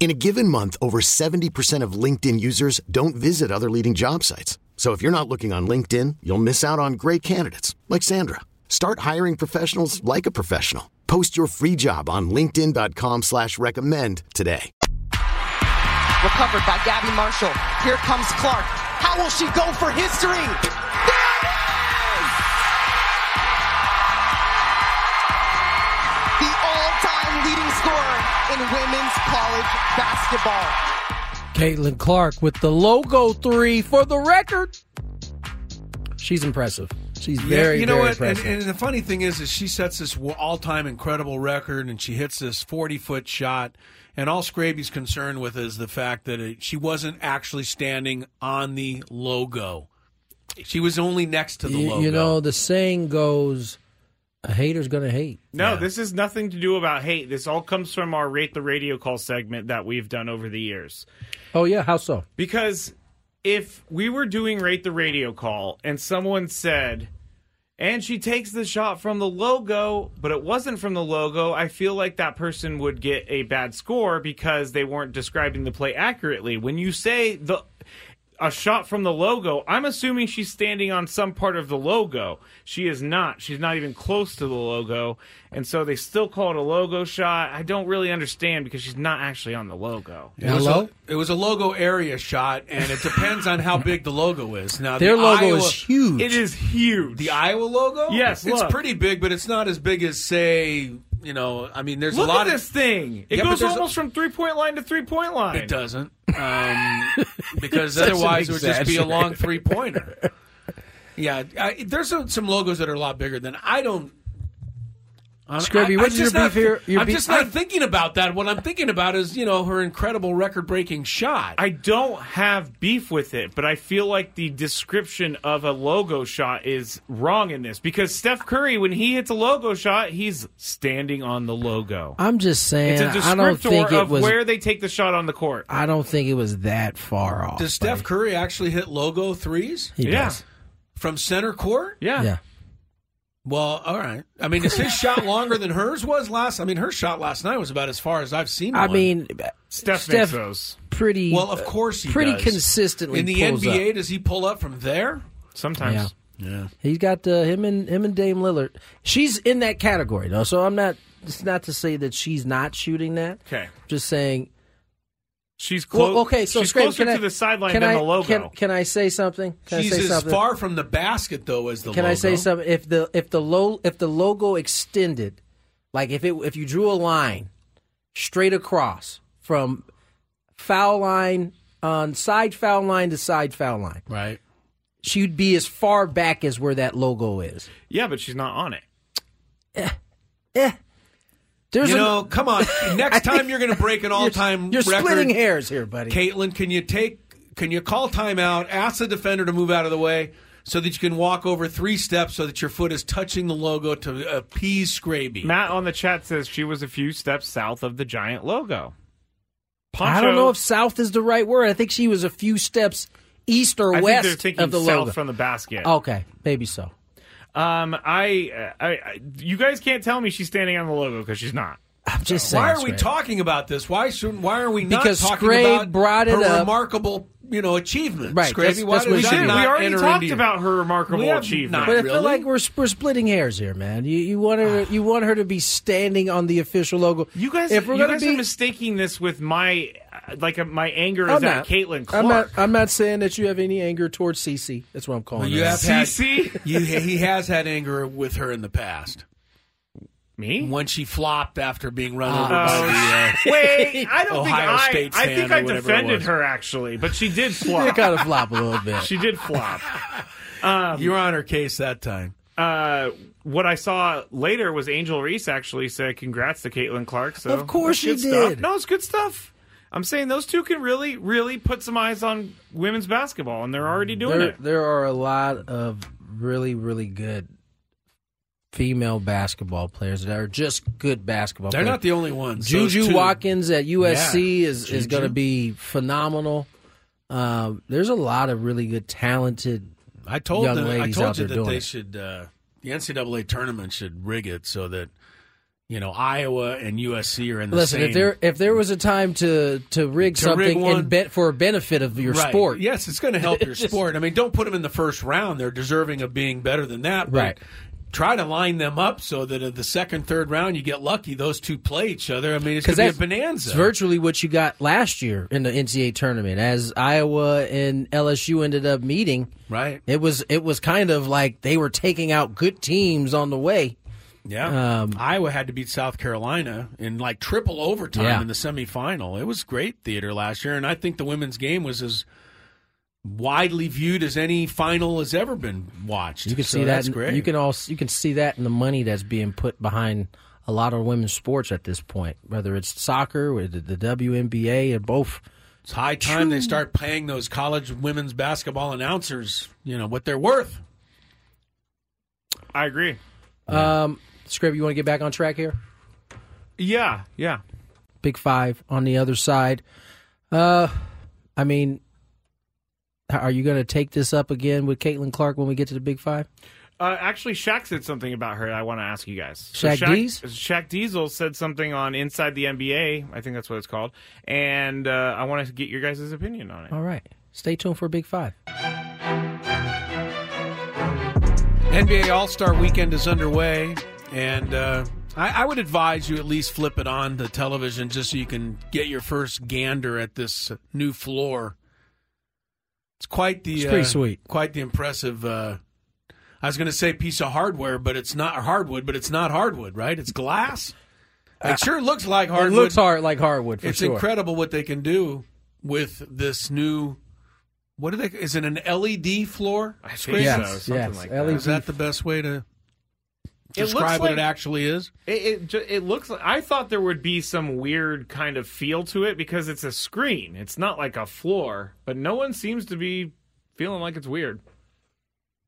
Speaker 11: In a given month, over 70% of LinkedIn users don't visit other leading job sites. So if you're not looking on LinkedIn, you'll miss out on great candidates like Sandra. Start hiring professionals like a professional. Post your free job on linkedin.com slash recommend today.
Speaker 12: Recovered by Gabby Marshall. Here comes Clark. How will she go for history? There it is! The all-time leading scorer in women's college basketball.
Speaker 3: Caitlin Clark with the logo three for the record. She's impressive. She's very,
Speaker 2: yeah, you know
Speaker 3: very
Speaker 2: what? And,
Speaker 3: impressive.
Speaker 2: and the funny thing is, is she sets this all-time incredible record, and she hits this forty-foot shot. And all Scraby's concerned with is the fact that it, she wasn't actually standing on the logo; she was only next to the
Speaker 3: you,
Speaker 2: logo.
Speaker 3: you know, the saying goes, a hater's going to hate.
Speaker 4: No, this is nothing to do about hate. This all comes from our rate the radio call segment that we've done over the years.
Speaker 3: Oh, yeah. How so?
Speaker 4: Because if we were doing rate the radio call and someone said, and she takes the shot from the logo, but it wasn't from the logo, I feel like that person would get a bad score because they weren't describing the play accurately. When you say the a shot from the logo, I'm assuming she's standing on some part of the logo. She is not. She's not even close to the logo. And so they still call it a logo shot. I don't really understand because she's not actually on the logo.
Speaker 2: It was, a, it was a logo area shot, and it depends on how big the logo is. Now
Speaker 3: Their
Speaker 2: the
Speaker 3: logo
Speaker 2: Iowa-
Speaker 3: is huge.
Speaker 4: It is huge.
Speaker 2: The Iowa logo?
Speaker 4: Yes,
Speaker 2: it's
Speaker 4: look.
Speaker 2: pretty big, but it's not as big as say, you know. I mean, there's
Speaker 4: Look
Speaker 2: a lot
Speaker 4: at
Speaker 2: of
Speaker 4: this thing. It
Speaker 2: Yeah, but
Speaker 4: goes
Speaker 2: there's a-
Speaker 4: almost from three point line to three point line.
Speaker 2: It doesn't, um, because
Speaker 4: Such an
Speaker 2: otherwise it would just be a long
Speaker 4: exaggerate.
Speaker 2: three pointer. Yeah, I, there's some, some logos that are a lot bigger than I don't. I-
Speaker 3: Scrubby,
Speaker 2: I-
Speaker 3: what
Speaker 2: I'm
Speaker 3: is
Speaker 2: just
Speaker 3: your
Speaker 2: not-
Speaker 3: beef here? Your
Speaker 2: I'm
Speaker 3: beef-
Speaker 2: just not thinking about that. What I'm thinking about is you know her incredible record-breaking shot.
Speaker 4: I don't have beef with it, but I feel like the description of a logo shot is wrong in this because Steph Curry, when he hits a logo shot, he's standing on the logo.
Speaker 3: I'm just saying,
Speaker 4: It's a
Speaker 3: I don't
Speaker 4: descriptor
Speaker 3: think it
Speaker 4: of
Speaker 3: was.
Speaker 4: where they take the shot on the court.
Speaker 3: I don't think it was that far off.
Speaker 2: Does Steph Curry actually hit logo threes
Speaker 3: He
Speaker 4: yeah.
Speaker 3: does.
Speaker 2: from center court?
Speaker 4: Yeah.
Speaker 3: Yeah.
Speaker 2: Well, all right. I mean, is his shot longer than hers was last? I mean, her shot last night was about as far as I've seen.
Speaker 3: I
Speaker 2: one.
Speaker 3: mean,
Speaker 4: Steph, makes
Speaker 3: Steph-
Speaker 4: those
Speaker 3: pretty.
Speaker 2: well, of course he
Speaker 3: pretty
Speaker 2: does.
Speaker 3: consistently
Speaker 2: in the
Speaker 3: pulls
Speaker 2: NBA.
Speaker 3: up.
Speaker 2: Does he pull up from there?
Speaker 4: sometimes.
Speaker 3: Yeah.
Speaker 2: Yeah.
Speaker 3: He's got uh, him and him and Dame Lillard. She's in that category though, so I'm not. It's not to say that she's not shooting that.
Speaker 4: Okay.
Speaker 3: just saying.
Speaker 4: She's close.
Speaker 3: Well, okay, so
Speaker 4: she's
Speaker 3: Scrape,
Speaker 4: closer
Speaker 3: can I-
Speaker 4: to the sideline
Speaker 3: can
Speaker 4: than
Speaker 3: I-
Speaker 4: the logo.
Speaker 3: Can, can I say something? Can
Speaker 2: She's
Speaker 3: I say
Speaker 2: as
Speaker 3: something?
Speaker 2: far from the basket though as the.
Speaker 3: Can I say
Speaker 2: logo.
Speaker 3: something? If the if the low if the logo extended, like if it if you drew a line straight across from foul line on side foul line to side foul line,
Speaker 2: Right.
Speaker 3: she'd be as far back as where that logo is.
Speaker 4: yeah, but she's not on it.
Speaker 3: Eh. There's
Speaker 2: you
Speaker 3: a-
Speaker 2: know, come on. Next time you're going to break an all-time
Speaker 3: you're,
Speaker 2: record.
Speaker 3: splitting hairs here, buddy.
Speaker 2: Caitlin, can you take? Can you call timeout? Ask the defender to move out of the way so that you can walk over three steps so that your foot is touching the logo to appease Scraby.
Speaker 4: Matt on the chat says she was a few steps south of the giant logo. Poncho,
Speaker 3: I don't know if south is the right word. I think she was a few steps east or
Speaker 4: I think
Speaker 3: west
Speaker 4: they're thinking
Speaker 3: of the
Speaker 4: south
Speaker 3: logo. Oh.
Speaker 4: from the basket.
Speaker 3: Okay, maybe so.
Speaker 4: Um, I, I, I, you guys can't tell me she's standing on the logo because she's not.
Speaker 3: I'm just
Speaker 2: why
Speaker 3: saying,
Speaker 2: are we
Speaker 3: Scrape.
Speaker 2: talking about this? Why shouldn't? Why are we not
Speaker 3: Because
Speaker 2: talking
Speaker 3: Scrape
Speaker 2: about
Speaker 3: brought it
Speaker 2: her
Speaker 3: up.
Speaker 2: remarkable, you know, achievement?
Speaker 3: Right,
Speaker 2: Scrape,
Speaker 3: that's-
Speaker 2: why
Speaker 3: that's what
Speaker 2: did
Speaker 3: she
Speaker 2: that
Speaker 3: did.
Speaker 2: not
Speaker 3: We already
Speaker 2: enter
Speaker 3: talked
Speaker 2: into-
Speaker 4: about her remarkable
Speaker 2: We have
Speaker 4: achievement.
Speaker 2: Not
Speaker 3: But I
Speaker 2: really.
Speaker 3: feel like we're we're splitting hairs here, man. You you want her you want her to be standing on the official logo.
Speaker 4: Ah. You guys,
Speaker 3: if we're
Speaker 4: you
Speaker 3: gonna
Speaker 4: guys
Speaker 3: be-
Speaker 4: are mistaking this with my, uh, like, uh, my anger
Speaker 3: I'm
Speaker 4: is at
Speaker 3: not,
Speaker 4: Caitlin Clark.
Speaker 3: I'm not. I'm not saying that you have any anger towards CC. That's what I'm
Speaker 2: Well,
Speaker 3: calling.
Speaker 2: Oh, you
Speaker 3: her.
Speaker 2: have had, you, he has had anger with her in the past.
Speaker 4: Me?
Speaker 2: When she flopped after being run
Speaker 4: Oh,
Speaker 2: over by the uh,
Speaker 4: wait, I don't
Speaker 2: Ohio
Speaker 4: think I.
Speaker 2: State
Speaker 4: I
Speaker 2: fan
Speaker 4: think
Speaker 2: or
Speaker 4: I
Speaker 2: whatever it
Speaker 4: defended
Speaker 2: was.
Speaker 4: her actually, but she did
Speaker 3: You
Speaker 4: flop.
Speaker 3: gotta flop a little bit.
Speaker 4: she did flop. Um,
Speaker 2: you were on her case that time.
Speaker 4: Uh, what I saw later was Angel Reese actually said, "Congrats to Caitlin Clark." So
Speaker 3: Of course
Speaker 4: that's
Speaker 3: she
Speaker 4: good stuff.
Speaker 3: did.
Speaker 4: No, it's good stuff. I'm saying those two can really, really put some eyes on women's basketball, and they're already doing
Speaker 3: there,
Speaker 4: it.
Speaker 3: there are a lot of really, really good female basketball players that are just good basketball
Speaker 2: They're
Speaker 3: players.
Speaker 2: not the only ones. Those
Speaker 3: Juju
Speaker 2: two.
Speaker 3: Watkins at USC
Speaker 2: Yeah,
Speaker 3: is, is
Speaker 2: Juju.
Speaker 3: going to be phenomenal. Um, there's a lot of really good, talented
Speaker 2: I told
Speaker 3: young
Speaker 2: them, I
Speaker 3: ladies out
Speaker 2: told you
Speaker 3: there
Speaker 2: that
Speaker 3: doing
Speaker 2: they
Speaker 3: it.
Speaker 2: should uh, the NCAA tournament should rig it so that you know Iowa and USC are in the
Speaker 3: Listen,
Speaker 2: same.
Speaker 3: if there if there was a time to to rig
Speaker 2: To rig
Speaker 3: something
Speaker 2: one-
Speaker 3: in bet for a benefit of your
Speaker 2: Right.
Speaker 3: sport,
Speaker 2: yes, it's going to help your
Speaker 3: Just-
Speaker 2: sport. I mean, don't put them in the first round; they're deserving of being better than that. but
Speaker 3: Right.
Speaker 2: Try to line them up so that in the second, third round, you get lucky. Those two play each other. I mean, it's going
Speaker 3: because
Speaker 2: to be a
Speaker 3: that's
Speaker 2: bonanza.
Speaker 3: it's virtually what you got last year in the NCAA tournament. As Iowa and LSU ended up meeting,
Speaker 2: right?
Speaker 3: It was it was kind of like they were taking out good teams on the way.
Speaker 2: Yeah.
Speaker 3: Um,
Speaker 2: Iowa had to beat South Carolina in like triple overtime
Speaker 3: Yeah.
Speaker 2: in the semifinal. It was great theater last year, and I think the women's game was as widely viewed as any final has ever been watched.
Speaker 3: You can
Speaker 2: So
Speaker 3: see that.
Speaker 2: That's
Speaker 3: in-
Speaker 2: great.
Speaker 3: You can also you can see that in the money that's being put behind a lot of women's sports at this point, whether it's soccer, or the, the WNBA, and both.
Speaker 2: it's high time they start paying those college women's basketball announcers, you know, what they're worth.
Speaker 4: I agree.
Speaker 3: Um, Scrib, you want to get back on track here?
Speaker 4: Yeah, yeah.
Speaker 3: Big Five on the other side. Uh, I mean, are you going to take this up again with Caitlin Clark when we get to the Big Five?
Speaker 4: Uh, actually, Shaq said something about her. that I want to ask you guys.
Speaker 3: Shaq
Speaker 4: Shaq,
Speaker 3: Dees?
Speaker 4: Shaq Diesel said something on Inside the NBA. I think that's what it's called, and uh, I want to get your guys' opinion on it.
Speaker 3: All right, stay tuned for Big Five.
Speaker 2: NBA All Star Weekend is underway, and uh, I, I would advise you at least flip it on the television just so you can get your first gander at this new floor. It's quite the
Speaker 3: It's pretty
Speaker 2: uh,
Speaker 3: sweet.
Speaker 2: quite the impressive. Uh, I was going to say piece of hardware, but it's not hardwood. But it's not hardwood, right? It's glass. It sure looks like hardwood.
Speaker 3: Ah, It looks hard like hardwood for
Speaker 2: it's
Speaker 3: sure.
Speaker 2: incredible what they can do with this new. What do they? Is it an LED floor?
Speaker 4: I think
Speaker 2: Screen?
Speaker 3: Yes, so, something yes, like that. LED.
Speaker 2: Is that the best way to
Speaker 4: It looks
Speaker 2: describe what
Speaker 4: like-
Speaker 2: it actually is?
Speaker 4: It, it ju- it looks like I thought there would be some weird kind of feel to it because it's a screen. It's not like a floor, but no one seems to be feeling like it's weird.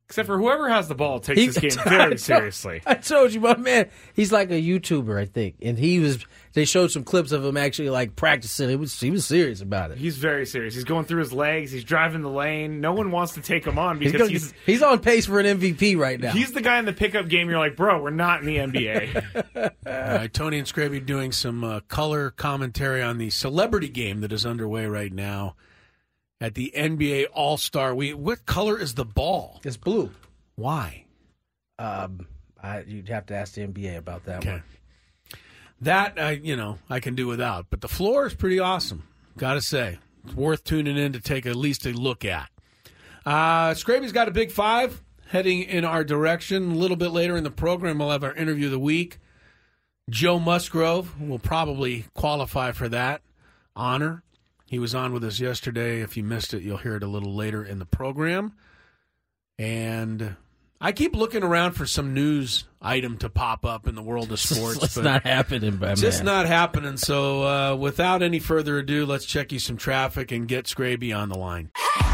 Speaker 4: Except for whoever has the ball takes
Speaker 3: He-
Speaker 4: this game
Speaker 3: I
Speaker 4: very
Speaker 3: told-
Speaker 4: seriously.
Speaker 3: I told you, my man, he's like a YouTuber, I think, and he was. They showed some clips of him actually like practicing. It was he was serious about it.
Speaker 4: He's very serious. He's going through his legs. He's driving the lane. No one wants to take him on
Speaker 3: He's,
Speaker 4: because
Speaker 3: gonna-
Speaker 4: he's
Speaker 3: he's on pace for an MVP right now.
Speaker 4: he's the guy in the pickup game. You're like, bro, we're not in the NBA.
Speaker 2: All right, Tony and Scraby doing some uh, color commentary on the celebrity game that is underway right now at the NBA All Star. We what color is the ball?
Speaker 3: it's blue.
Speaker 2: Why?
Speaker 3: Um, I, you'd have to ask the NBA about that
Speaker 2: Okay.
Speaker 3: one.
Speaker 2: That I you know I can do without, but the floor is pretty awesome. Got to say, it's worth tuning in to take at least a look at. Uh, Scraby's got a big five heading in our direction. A little bit later in the program, we'll have our interview of the week. Joe Musgrove will probably qualify for that honor. He was on with us yesterday. If you missed it, you'll hear it a little later in the program. And I keep looking around for some news item to pop up in the world of sports.
Speaker 3: It's
Speaker 2: but
Speaker 3: not happening, by
Speaker 2: It's just
Speaker 3: man.
Speaker 2: not happening. So, uh, without any further ado, let's check you some traffic and get Scraby on the line.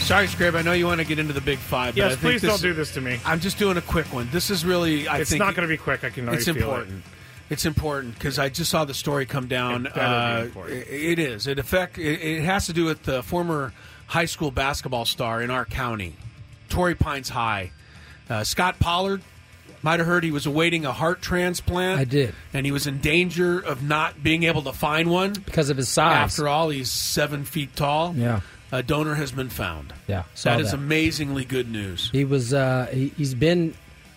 Speaker 2: Sorry, Scrape. I know you want to get into the big five. But
Speaker 4: Yes,
Speaker 2: I think
Speaker 4: please don't do this to me.
Speaker 2: I'm just doing a quick one. This is really. I
Speaker 4: It's
Speaker 2: think
Speaker 4: not gonna be quick. I can already
Speaker 2: It's
Speaker 4: feel it.
Speaker 2: important. It's important because I just saw the story come down.
Speaker 4: It better be
Speaker 2: Uh,
Speaker 4: important.
Speaker 2: it is. It affect. It, it has to do with the former high school basketball star in our county, Torrey Pines High, uh, Scott Pollard. Might have heard he was awaiting a heart transplant.
Speaker 3: I did.
Speaker 2: and he was in danger of not being able to find one
Speaker 3: because of his size.
Speaker 2: After all, he's seven feet tall.
Speaker 3: Yeah.
Speaker 2: a donor has been found.
Speaker 3: Yeah, saw
Speaker 2: that is
Speaker 3: that.
Speaker 2: amazingly good news.
Speaker 3: He was. Uh, he, he's been.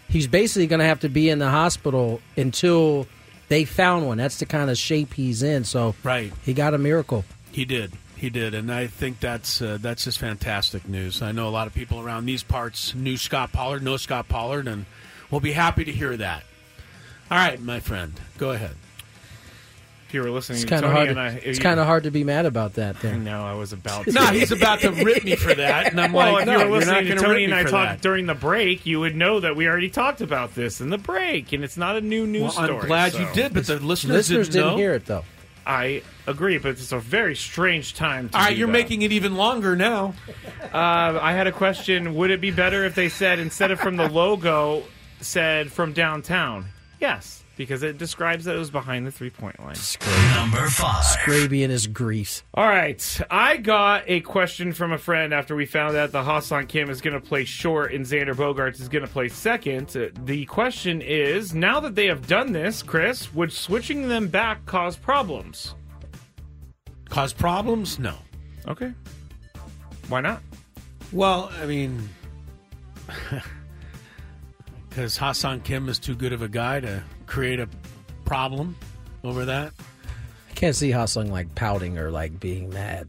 Speaker 3: He's basically going to have to be in the hospital until they found one. That's the kind of shape he's in. So
Speaker 2: Right.
Speaker 3: he got a miracle.
Speaker 2: He did. He did, and I think that's uh, that's just fantastic news. I know a lot of people around these parts knew Scott Pollard, know Scott Pollard, and we'll be happy to hear that. All right, my friend, go ahead.
Speaker 4: If you were listening,
Speaker 3: It's
Speaker 4: to
Speaker 3: kind of
Speaker 4: Tony
Speaker 3: hard.
Speaker 4: and
Speaker 3: To,
Speaker 4: I,
Speaker 3: it's
Speaker 4: you- Hmm.
Speaker 3: kind of hard to be mad about that. Then
Speaker 4: No, I was about.
Speaker 2: No, he's about to rip me for that, and I'm
Speaker 4: well,
Speaker 2: like,
Speaker 4: if
Speaker 2: no,
Speaker 4: you
Speaker 2: you're
Speaker 4: were
Speaker 2: not
Speaker 4: listening to
Speaker 2: gonna rip
Speaker 4: Tony
Speaker 2: me
Speaker 4: and I
Speaker 2: for
Speaker 4: talked
Speaker 2: that.
Speaker 4: during the break, you would know that we already talked about this in the break, and it's not a new news
Speaker 2: Well, I'm
Speaker 4: story.
Speaker 2: glad
Speaker 4: so-
Speaker 2: you did, but the listeners, know.
Speaker 3: it though.
Speaker 4: I agree, but it's a very strange time. To
Speaker 2: All right,
Speaker 4: do
Speaker 2: you're
Speaker 4: that.
Speaker 2: making it even longer now.
Speaker 4: Uh, I had a question. Would it be better if they said instead of from the logo, said from downtown? Yes, because it describes that it was behind the three point line.
Speaker 5: Number five.
Speaker 3: Scraby and his grease.
Speaker 4: All right. I got a question from a friend after we found out that Hassan Kim is going to play short and Xander Bogarts is going to play second. Uh, The question is now that they have done this, Chris, would switching them back cause problems?
Speaker 2: Cause problems? No.
Speaker 4: Okay. Why not?
Speaker 2: Well, I mean, because Hassan Kim is too good of a guy to create a problem over that.
Speaker 3: I can't see Hustling like pouting or like being mad.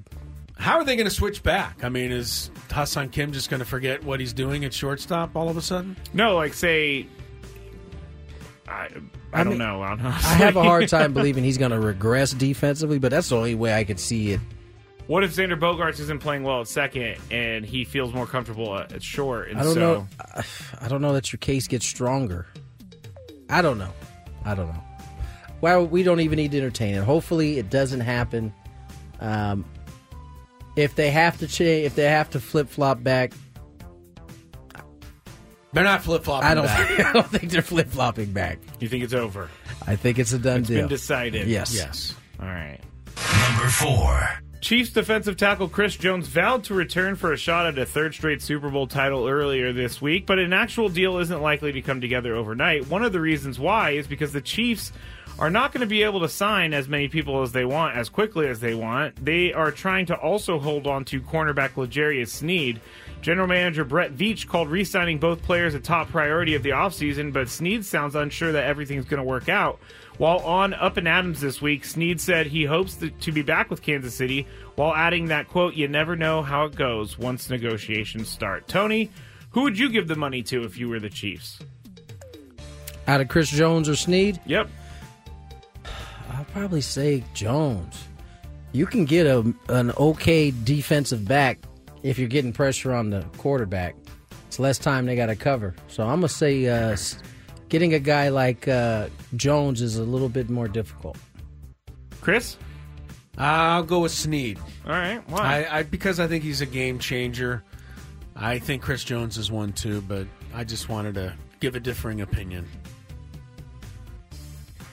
Speaker 2: How are they going to switch back? I mean, is Hassan Kim just going to forget what he's doing at shortstop all of a sudden?
Speaker 4: No, like say, I, I, don't know. I,
Speaker 3: I have a hard time believing he's going to regress defensively, but that's the only way I could see it.
Speaker 4: What if Xander Bogarts isn't playing well at second and he feels more comfortable at at short? And
Speaker 3: I don't
Speaker 4: so,
Speaker 3: know. I- I don't know that your case gets stronger. I don't know. I don't know. Well, we don't even need to entertain it. Hopefully, it doesn't happen. Um, if they have to change, if they have to flip flop back,
Speaker 2: They're not flip flopping.
Speaker 3: I don't.
Speaker 2: Back.
Speaker 3: I don't think they're flip flopping back.
Speaker 4: You think it's over?
Speaker 3: I think it's a done
Speaker 4: It's
Speaker 3: deal.
Speaker 4: been decided.
Speaker 3: Yes.
Speaker 4: Yes. All right.
Speaker 5: Number four.
Speaker 4: Chiefs defensive tackle Chris Jones vowed to return for a shot at a third straight Super Bowl title earlier this week, but an actual deal isn't likely to come together overnight. One of the reasons why is because the Chiefs are not going to be able to sign as many people as they want as quickly as they want. They are trying to also hold on to cornerback Legarius Sneed. General manager Brett Veach called re signing both players a top priority of the offseason, but Sneed sounds unsure that everything's going to work out. While on Up and Adams this week, Sneed said he hopes to, to be back with Kansas City while adding that quote, you never know how it goes once negotiations start. Tony, who would you give the money to if you were the Chiefs?
Speaker 3: Out of Chris Jones or Sneed?
Speaker 4: Yep.
Speaker 3: I'll probably say Jones. You can get a an okay defensive back if you're getting pressure on the quarterback. It's less time they got to cover. So I'm gonna say uh, s- getting a guy like uh, Jones is a little bit more difficult.
Speaker 4: Chris?
Speaker 2: I'll go with Sneed.
Speaker 4: All right. Why?
Speaker 2: I, I because I think he's a game changer. I think Chris Jones is one too, but I just wanted to give a differing opinion.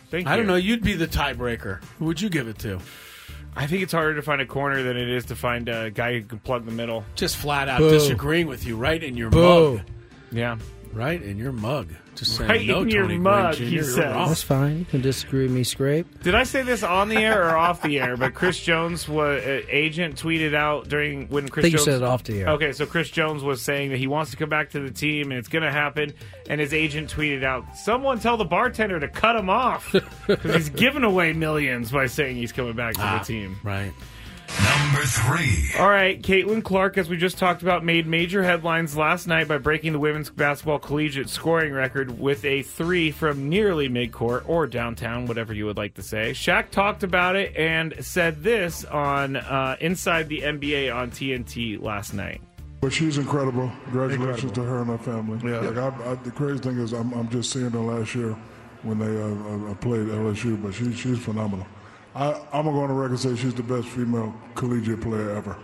Speaker 4: Thank
Speaker 2: I don't
Speaker 4: you.
Speaker 2: know. You'd be the tiebreaker. Who would you give it to?
Speaker 4: I think it's harder to find a corner than it is to find a guy who can plug the middle.
Speaker 2: Just flat out
Speaker 4: Boo.
Speaker 2: disagreeing with you right in your
Speaker 4: Boo.
Speaker 2: mug.
Speaker 4: Yeah.
Speaker 2: Right in your mug. Just saying
Speaker 4: Right
Speaker 2: no,
Speaker 4: in your
Speaker 2: Tony Gwynn
Speaker 4: mug,
Speaker 2: Jr.,
Speaker 4: he
Speaker 2: you're
Speaker 4: says.
Speaker 2: wrong.
Speaker 3: That's fine. You can disagree with me, Scrape.
Speaker 4: Did I say this on the air or off the air? But Chris Jones was uh, agent tweeted out during when Chris
Speaker 3: think you
Speaker 4: Jones
Speaker 3: said it off the air.
Speaker 4: Okay, so Chris Jones was saying that he wants to come back to the team and it's going to happen. And his agent tweeted out, "Someone tell the bartender to cut him off because he's giving away millions by saying he's coming back to
Speaker 5: Ah,
Speaker 4: the team."
Speaker 2: Right.
Speaker 5: Number three.
Speaker 4: All right, Caitlin Clark, as we just talked about, made major headlines last night by breaking the women's basketball collegiate scoring record with a three from nearly midcourt or downtown, whatever you would like to say. Shaq talked about it and said this on uh, Inside the NBA on TNT last night.
Speaker 13: But she's incredible. Congratulations to her and her family. Yeah. Like I, I, the crazy thing is, I'm, I'm just seeing her last year when they uh, uh, uh, played LSU, but she, she's phenomenal. I, I'm gonna go on the record and say she's the best female collegiate player ever.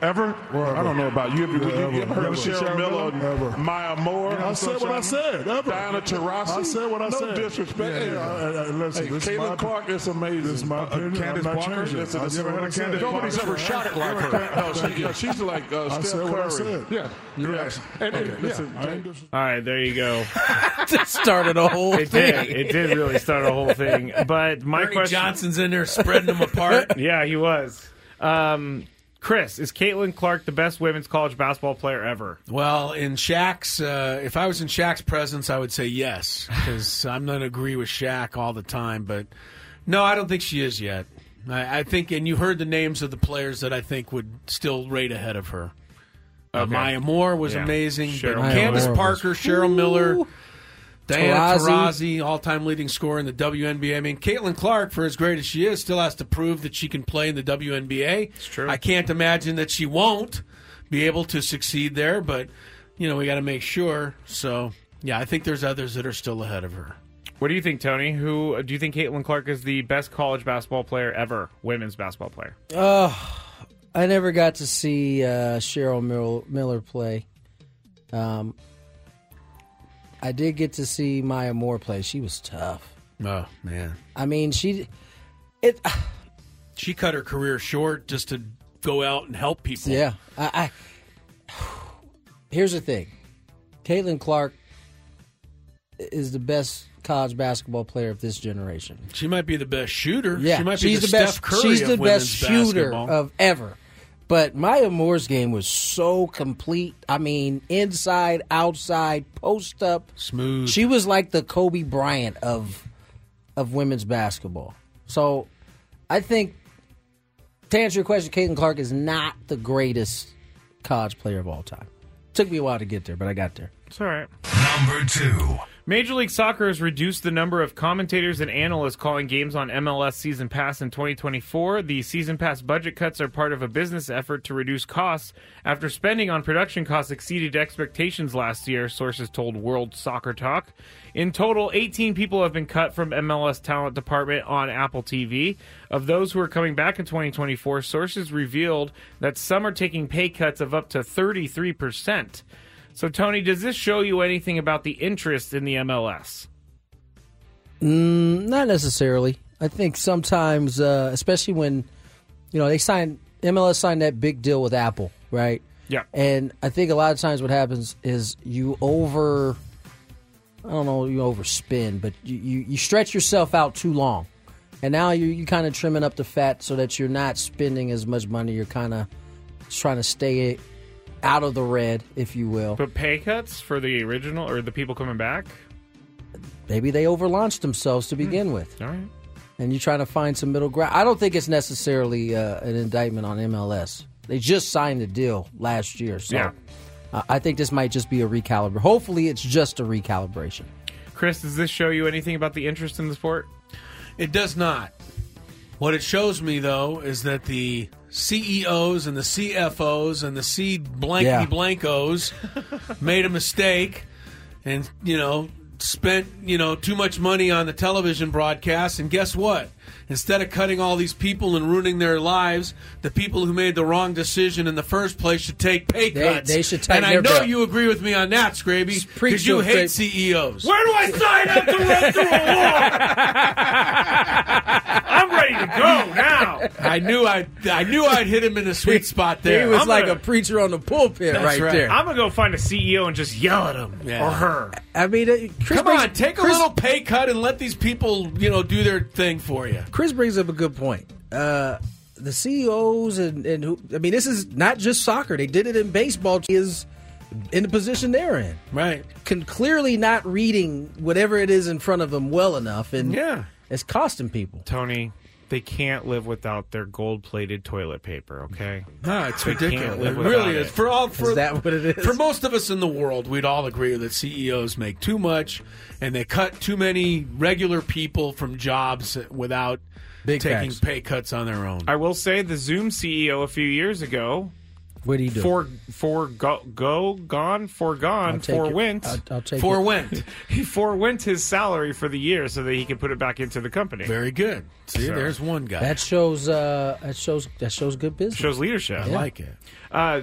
Speaker 13: Ever? Well,
Speaker 14: I don't know about you. You- you-
Speaker 13: ever.
Speaker 14: you heard
Speaker 13: Ever.
Speaker 14: Michelle Miller, Maya Moore,
Speaker 13: Yeah, I said what I said. Ever.
Speaker 14: Diana Taurasi.
Speaker 13: I said what I
Speaker 14: No
Speaker 13: said.
Speaker 14: disrespect.
Speaker 13: Yeah, yeah, I- I- I- uh, listen,
Speaker 14: hey,
Speaker 13: this is my
Speaker 14: Caitlin
Speaker 13: opi-
Speaker 14: Clark is amazing. Uh,
Speaker 13: this is my opinion. I'm
Speaker 14: Candace
Speaker 13: not
Speaker 14: Walker.
Speaker 13: changing it.
Speaker 14: Listen,
Speaker 13: I
Speaker 14: this
Speaker 13: said
Speaker 14: is-
Speaker 13: what I said.
Speaker 14: Nobody's ever shot it like her. No, she, no, she's like uh,
Speaker 13: I
Speaker 14: Steph
Speaker 13: said what I
Speaker 14: Curry.
Speaker 13: said.
Speaker 14: Yeah. Correct. And, and, yeah.
Speaker 13: listen, I ain't
Speaker 4: All right, there you go.
Speaker 3: started a whole
Speaker 4: it
Speaker 3: thing.
Speaker 4: Did. It did really start a whole thing. But my
Speaker 2: Ernie
Speaker 4: question
Speaker 2: Johnson's in there spreading them apart.
Speaker 4: yeah, he was. Um, Chris, is Caitlin Clark the best women's college basketball player ever?
Speaker 2: Well, in Shaq's, uh, if I was in Shaq's presence, I would say yes because I'm going to agree with Shaq all the time. But no, I don't think she is yet. I, I think, and you heard the names of the players that I think would still rate ahead of her. Uh,
Speaker 4: Okay.
Speaker 2: Maya Moore was
Speaker 4: Yeah.
Speaker 2: amazing. but
Speaker 4: Cheryl Maya
Speaker 2: Candace
Speaker 4: Moore was-
Speaker 2: Parker, Cheryl Miller, Diana
Speaker 3: Taurasi.
Speaker 2: Taurasi, all-time leading scorer in the WNBA. I mean, Caitlin Clark, for as great as she is, still has to prove that she can play in the WNBA. It's true. I can't imagine that she won't be able to succeed there, but you know we got to make sure. So yeah, I think there's others that are still ahead of her.
Speaker 4: What do you think, Tony? Who do you think Caitlin Clark is the best college basketball player ever? Women's basketball player.
Speaker 3: Oh, I never got to see uh, Cheryl Mil- Miller play. Um, I did get to see Maya Moore play. She was tough.
Speaker 2: Oh man,
Speaker 3: I mean, she. It.
Speaker 2: she cut her career short just to go out and help people.
Speaker 3: Yeah. I, I here's the thing. Caitlin Clark is the best college basketball player of this generation.
Speaker 2: She might be the best shooter.
Speaker 3: Yeah,
Speaker 2: she might
Speaker 3: she's
Speaker 2: be the,
Speaker 3: best.
Speaker 2: Steph Curry
Speaker 3: she's
Speaker 2: of
Speaker 3: the best
Speaker 2: women's
Speaker 3: shooter
Speaker 2: basketball.
Speaker 3: of ever. But Maya Moore's game was so complete. I mean, inside, outside, post up,
Speaker 2: smooth.
Speaker 3: She was like the Kobe Bryant of of women's basketball. So, I think to answer your question, Caitlin Clark is not the greatest college player of all time. Took me a while to get there, but I got there.
Speaker 4: It's all right.
Speaker 5: Number two.
Speaker 4: Major League Soccer has reduced the number of commentators and analysts calling games on MLS Season Pass in 2024. The Season Pass budget cuts are part of a business effort to reduce costs after spending on production costs exceeded expectations last year, sources told World Soccer Talk. In total, 18 people have been cut from MLS talent department on Apple TV. Of those who are coming back in 2024, sources revealed that some are taking pay cuts of up to 33%. So, Tony, does this show you anything about the interest in the MLS?
Speaker 3: Mm, not necessarily. I think sometimes, uh, especially when you know they signed MLS signed that big deal with Apple, right?
Speaker 4: Yeah.
Speaker 3: And I think a lot of times what happens is you over, I don't know, you overspend, but you you, you stretch yourself out too long, and now you you kind of trimming up the fat so that you're not spending as much money. You're kind of trying to stay out of the red, if you will.
Speaker 4: But pay cuts for the original or the people coming back?
Speaker 3: maybe they overlaunched themselves to begin with.
Speaker 4: All right.
Speaker 3: And you're trying to find some middle ground. I don't think it's necessarily uh, an indictment on MLS. They just signed the deal last year, so
Speaker 4: Yeah.
Speaker 3: uh, I think this might just be a recalibration. Hopefully, it's just a recalibration.
Speaker 4: Chris, does this show you anything about the interest in the sport?
Speaker 2: It does not. What it shows me though is that the CEOs and the CFOs and the C blanky
Speaker 3: Yeah.
Speaker 2: blankos made a mistake and you know spent you know too much money on the television broadcast and guess what instead of cutting all these people and ruining their lives the people who made the wrong decision in the first place should take pay
Speaker 3: They-
Speaker 2: cuts
Speaker 3: they should tighten
Speaker 2: and i
Speaker 3: their
Speaker 2: know
Speaker 3: belt.
Speaker 2: you agree with me on that scraby
Speaker 3: preach
Speaker 2: because you
Speaker 3: to it,
Speaker 2: hate E
Speaker 3: Dave.
Speaker 2: ceos
Speaker 4: Where do I sign up to run through a wall? I'm ready to go now.
Speaker 2: i knew i i knew i'd hit him in the sweet spot there
Speaker 3: He was
Speaker 2: I'm
Speaker 3: like
Speaker 2: gonna-
Speaker 3: a preacher on the pulpit
Speaker 2: That's
Speaker 3: right,
Speaker 2: right.
Speaker 3: there.
Speaker 4: I'm gonna go find a CEO and just yell at him
Speaker 2: Yeah.
Speaker 4: or her.
Speaker 3: I mean, uh, Chris
Speaker 2: come
Speaker 3: brings-
Speaker 2: on take a
Speaker 3: Chris-
Speaker 2: little pay cut and let these people you know do their thing for you
Speaker 3: Chris brings up a good point. Uh, the CEOs and, and who, I mean, this is not just soccer. They did it in baseball. Is in the position they're in,
Speaker 2: right?
Speaker 3: Can clearly not reading whatever it is in front of them well enough, and
Speaker 4: Yeah.
Speaker 3: it's costing people.
Speaker 4: Tony, they can't live without their gold-plated toilet paper. Okay?
Speaker 2: No, it's
Speaker 4: They can't
Speaker 2: ridiculous. It
Speaker 4: live without
Speaker 2: really is.
Speaker 4: it.
Speaker 2: For all for
Speaker 3: that what it is?
Speaker 2: For most of us in the world, we'd all agree that CEOs make too much and they cut too many regular people from jobs without taking
Speaker 4: facts.
Speaker 2: pay cuts on their own.
Speaker 4: I will say the Zoom CEO a few years ago.
Speaker 3: What do you do?
Speaker 4: For for go, go gone forgone
Speaker 3: I'll take it.
Speaker 4: forwent
Speaker 3: I'll- I'll take it.
Speaker 2: Forwent.
Speaker 4: he forwent his salary for the year so that he could put it back into the company.
Speaker 2: Very good. See,
Speaker 4: So-
Speaker 2: there's one guy.
Speaker 3: That shows. Uh, that shows. That shows good business.
Speaker 4: shows leadership.
Speaker 3: I like
Speaker 2: it.
Speaker 4: Uh,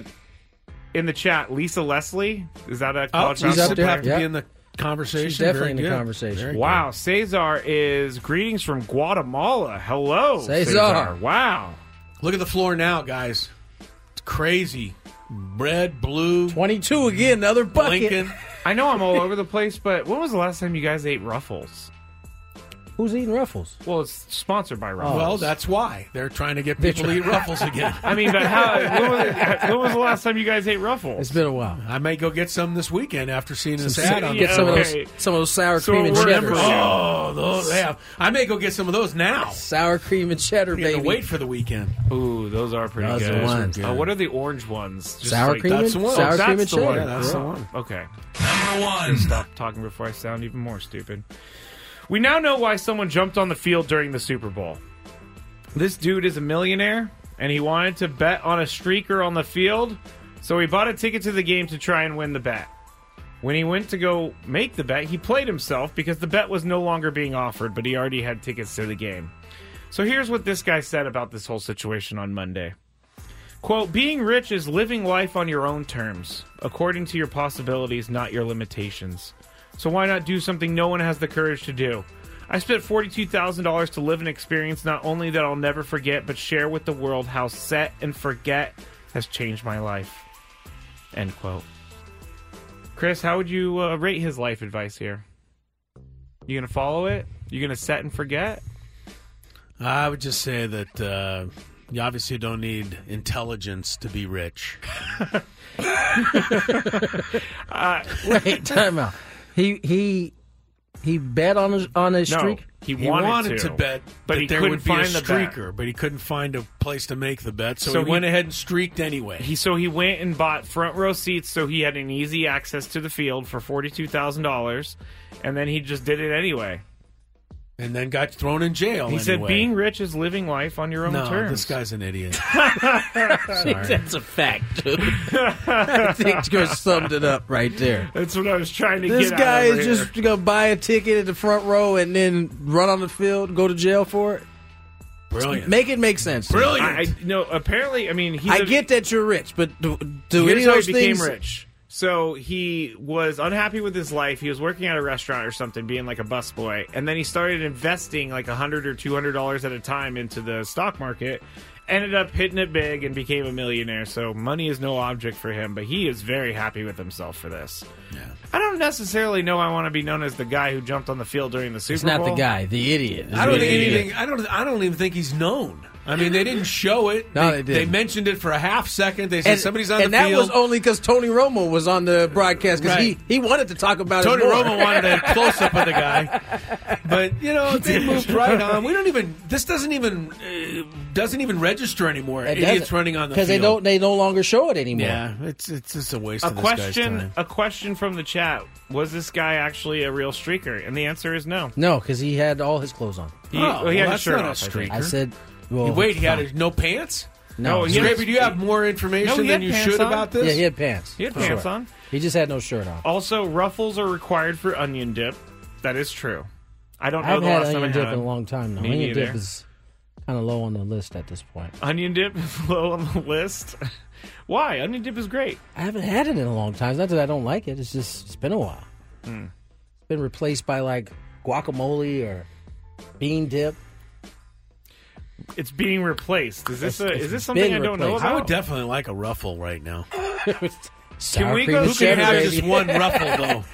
Speaker 4: in the chat, Lisa Leslie is that a
Speaker 2: oh,
Speaker 4: college
Speaker 2: she's
Speaker 4: basketball
Speaker 2: up there.
Speaker 4: player?
Speaker 2: Have to be in the conversation.
Speaker 3: She's definitely
Speaker 2: Very
Speaker 3: in the
Speaker 2: good.
Speaker 3: conversation.
Speaker 2: Very good.
Speaker 4: Wow, Cesar is greetings from Guatemala. Hello,
Speaker 2: Cesar.
Speaker 4: Wow,
Speaker 2: Look at the floor now, guys. It's crazy. Red, blue,
Speaker 3: twenty-two again. Another bucket.
Speaker 2: Blinking.
Speaker 4: I know I'm all over the place, but when was the last time you guys ate Ruffles?
Speaker 3: Who's eating ruffles?
Speaker 4: Well, it's sponsored by Ruffles.
Speaker 2: Well, that's why they're trying to get
Speaker 4: They're
Speaker 2: people to eat
Speaker 4: trying-
Speaker 2: ruffles again.
Speaker 4: I mean, but how? When was, when was the last time you guys ate Ruffles?
Speaker 3: It's been a while.
Speaker 2: I may go get some this weekend after seeing this
Speaker 3: Some-
Speaker 2: ad on
Speaker 3: get some of those,
Speaker 4: okay.
Speaker 3: some of those sour
Speaker 4: So
Speaker 3: cream and
Speaker 4: we're
Speaker 3: cheddar.
Speaker 4: members.
Speaker 2: Oh, those yeah. I may go get some of those now.
Speaker 3: Sour cream and cheddar,
Speaker 2: You have
Speaker 3: baby.
Speaker 2: to wait for the weekend.
Speaker 4: Ooh, those are pretty
Speaker 3: Those are
Speaker 4: good.
Speaker 3: ones.
Speaker 4: Uh, what are the orange ones? Just
Speaker 3: Sour cream
Speaker 4: That's
Speaker 3: and-
Speaker 4: the one.
Speaker 3: sour
Speaker 4: Oh, that's
Speaker 3: cream and
Speaker 4: the
Speaker 3: cheddar.
Speaker 4: one.
Speaker 3: Yeah, that's the
Speaker 2: one.
Speaker 4: Okay.
Speaker 5: Number one.
Speaker 4: Stop talking before I sound even more stupid. We now know why someone jumped on the field during the Super Bowl. This dude is a millionaire, and he wanted to bet on a streaker on the field, so he bought a ticket to the game to try and win the bet. When he went to go make the bet, he played himself because the bet was no longer being offered, but he already had tickets to the game. So here's what this guy said about this whole situation on Monday. Quote, being rich is living life on your own terms, according to your possibilities, not your limitations. So why not do something no one has the courage to do? I spent $42,000 to live an experience not only that I'll never forget, but share with the world how set and forget has changed my life. End quote. Chris, how would you uh, rate his life advice here? You gonna follow it? You gonna set and forget?
Speaker 2: I would just say that uh, you obviously don't need intelligence to be rich.
Speaker 3: Wait, time out. He he he bet on his on his
Speaker 4: No,
Speaker 3: streak.
Speaker 4: he wanted,
Speaker 2: to, bet,
Speaker 4: but
Speaker 2: that
Speaker 4: he
Speaker 2: there
Speaker 4: couldn't
Speaker 2: would be
Speaker 4: find
Speaker 2: a
Speaker 4: the bet.
Speaker 2: streaker, but he couldn't find a place to make the bet, so,
Speaker 4: So
Speaker 2: he,
Speaker 4: he-
Speaker 2: went ahead and streaked anyway.
Speaker 4: He so he went and bought front row seats so he had an easy access to the field for forty two thousand dollars, and then he just did it anyway.
Speaker 2: and then got thrown in jail.
Speaker 4: He said,
Speaker 2: anyway.
Speaker 4: "Being rich is living life on your own
Speaker 2: no,
Speaker 4: terms."
Speaker 2: this guy's an idiot.
Speaker 3: That's a fact, dude. I think Chris summed it up right there.
Speaker 4: That's what I was trying to
Speaker 3: This
Speaker 4: get.
Speaker 3: guy
Speaker 4: out over
Speaker 3: is just
Speaker 4: here.
Speaker 3: gonna buy a ticket at the front row and then run on the field, go to jail for it.
Speaker 2: Brilliant.
Speaker 3: Make it make sense.
Speaker 2: Brilliant.
Speaker 4: I, I, no, apparently, I mean, he's
Speaker 3: I
Speaker 4: a-
Speaker 3: get that you're rich, but do, do any
Speaker 4: Here's
Speaker 3: of
Speaker 4: how
Speaker 3: those
Speaker 4: he became
Speaker 3: things?
Speaker 4: rich. So he was unhappy with his life. He was working at a restaurant or something, being like a busboy, and then he started investing like a hundred or two hundred dollars at a time into the stock market. Ended up hitting it big and became a millionaire. So money is no object for him, but he is very happy with himself for this. I don't necessarily know I want to be known as the guy who jumped on the field during the Super
Speaker 3: It's not
Speaker 4: Bowl.
Speaker 3: the guy, the idiot. is
Speaker 2: I don't
Speaker 3: what
Speaker 2: think
Speaker 3: it is.
Speaker 2: anything. I don't. I don't even think he's known. I mean, they didn't show it.
Speaker 3: No,
Speaker 2: they,
Speaker 3: they didn't.
Speaker 2: mentioned it for a half second. They said
Speaker 3: And,
Speaker 2: somebody's on
Speaker 3: and
Speaker 2: the
Speaker 3: that
Speaker 2: field.
Speaker 3: was only because Tony Romo was on the broadcast because
Speaker 2: Right.
Speaker 3: he, he wanted to talk about
Speaker 2: Tony
Speaker 3: it. more.
Speaker 2: Romo wanted a close up of the guy, but you know they moved right on. We don't even. This doesn't even uh, doesn't even register anymore.
Speaker 3: It
Speaker 2: Idiots
Speaker 3: doesn't,
Speaker 2: running on the
Speaker 3: because
Speaker 2: field
Speaker 3: they don't they no longer show it anymore.
Speaker 2: Yeah, it's it's just a waste
Speaker 4: a
Speaker 2: of this guy's
Speaker 4: question.
Speaker 2: time.
Speaker 4: A question from the chat: Was this guy actually a real streaker? And the answer is no.
Speaker 3: No, because he had all his clothes on.
Speaker 4: He,
Speaker 2: Oh,
Speaker 4: he
Speaker 2: well,
Speaker 4: had
Speaker 2: that's
Speaker 4: his shirt
Speaker 2: not a
Speaker 4: off, I think.
Speaker 2: streak.
Speaker 3: I said, well,
Speaker 2: Wait, he had no pants.
Speaker 3: No.
Speaker 2: Oh, Scrappy, do you have more
Speaker 4: No,
Speaker 2: information
Speaker 4: he
Speaker 2: than
Speaker 4: had
Speaker 2: you
Speaker 4: pants
Speaker 2: should
Speaker 4: on.
Speaker 2: about this?
Speaker 3: Yeah, he had pants.
Speaker 4: He had
Speaker 3: for
Speaker 4: pants
Speaker 3: sure.
Speaker 4: on.
Speaker 3: He just had no shirt
Speaker 2: Oh,
Speaker 3: on.
Speaker 4: Also, ruffles are required for onion dip. That is true. I don't know
Speaker 3: I've
Speaker 4: the
Speaker 3: had
Speaker 4: last time I
Speaker 3: onion
Speaker 4: had
Speaker 3: dip in
Speaker 4: it.
Speaker 3: a long time now.
Speaker 4: Me
Speaker 3: onion
Speaker 4: neither.
Speaker 3: dip is kind of low on the list at this point.
Speaker 4: Onion dip is low on the list. Why? Onion dip is great.
Speaker 3: I haven't had it in a long time. It's not that I don't like it. It's just it's been a while.
Speaker 4: Hmm.
Speaker 3: It's been replaced by like guacamole or bean dip.
Speaker 4: It's being replaced. Is this
Speaker 3: It's-
Speaker 4: a,
Speaker 3: it's
Speaker 4: is this something I
Speaker 3: been
Speaker 4: don't know
Speaker 3: replaced.
Speaker 4: about?
Speaker 3: I would
Speaker 2: definitely like a ruffle right now.
Speaker 4: Can we go?
Speaker 2: Who can have just one ruffle though?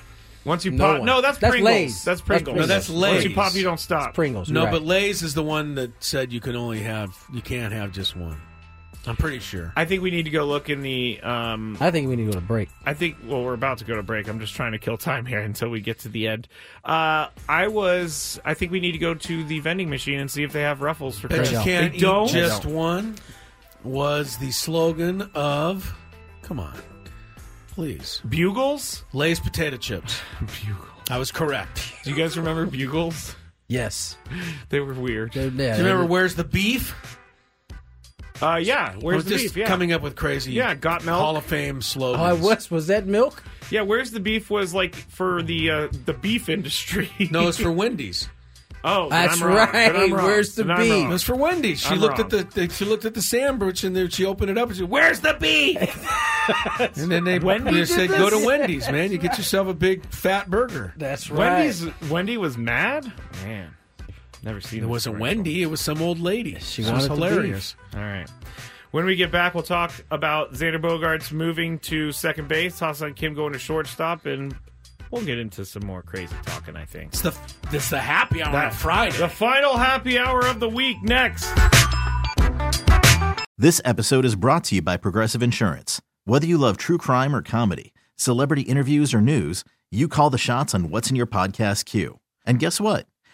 Speaker 4: Once you
Speaker 2: No
Speaker 4: pop,
Speaker 2: one.
Speaker 4: no, that's,
Speaker 2: That's
Speaker 4: Pringles.
Speaker 2: Lay's.
Speaker 4: That's
Speaker 2: That's
Speaker 4: Pringles.
Speaker 2: Pringles. No, that's
Speaker 4: Once you
Speaker 2: Lay's.
Speaker 4: pop, you don't stop.
Speaker 2: No, but Lay's is the one that said you can only have you can't have just one. I'm pretty sure.
Speaker 4: I think we need to go look in the. Um,
Speaker 3: I think we need to go to break.
Speaker 4: I think well, we're about to go to break. I'm just trying to kill time here until we get to the end. Uh, I was. I think we need to go to the vending machine and see if they have ruffles for
Speaker 2: Bet you
Speaker 4: Christmas.
Speaker 2: can't
Speaker 4: They
Speaker 2: eat
Speaker 4: don't.
Speaker 2: just one was the slogan of come on. Please.
Speaker 4: Bugles?
Speaker 2: Lay's potato chips.
Speaker 4: Bugles.
Speaker 2: I was correct.
Speaker 4: Do you guys remember Bugles?
Speaker 3: Yes.
Speaker 4: They were weird.
Speaker 2: Do you remember where's the beef?
Speaker 4: Uh, yeah. Where's
Speaker 2: We're
Speaker 4: the
Speaker 2: Oh, just
Speaker 4: beef? Yeah.
Speaker 2: coming up with crazy
Speaker 4: Yeah, got milk.
Speaker 2: Hall of Fame
Speaker 3: Oh,
Speaker 2: slogans.
Speaker 3: I was. Was that milk?
Speaker 4: Yeah, where's the beef was like for the uh, the beef industry.
Speaker 2: No, it's for Wendy's.
Speaker 4: Oh, then
Speaker 2: That's
Speaker 4: I'm wrong. Then
Speaker 2: right.
Speaker 4: I'm wrong.
Speaker 2: Where's the
Speaker 4: Then I'm
Speaker 2: beef?
Speaker 4: wrong.
Speaker 2: It was for Wendy's. She
Speaker 4: Oh. I'm
Speaker 2: looked
Speaker 4: wrong.
Speaker 2: at the, the she looked at the sandwich and then she opened it up and she said, "Where's the beef?" and then they
Speaker 4: Wendy
Speaker 2: they
Speaker 4: did
Speaker 2: said, "Go
Speaker 4: this?
Speaker 2: to Wendy's, man. You get yourself a big fat burger."
Speaker 3: That's
Speaker 4: Wendy's. Wendy was mad. Man, never seen.
Speaker 2: It wasn't Wendy. It was some old lady. She
Speaker 4: wanted
Speaker 2: was
Speaker 4: the
Speaker 2: hilarious.
Speaker 4: All right. When we get back, we'll talk about Xander Bogarts moving to second base, Hassan Kim going to shortstop, and we'll get into some more crazy talking. I think.
Speaker 2: It's the it's the happy hour on
Speaker 4: That-
Speaker 2: Friday.
Speaker 4: The final happy hour of the week next.
Speaker 1: This episode is brought to you by Progressive Insurance. Whether you love true crime or comedy, celebrity interviews or news, you call the shots on what's in your podcast queue. And guess what?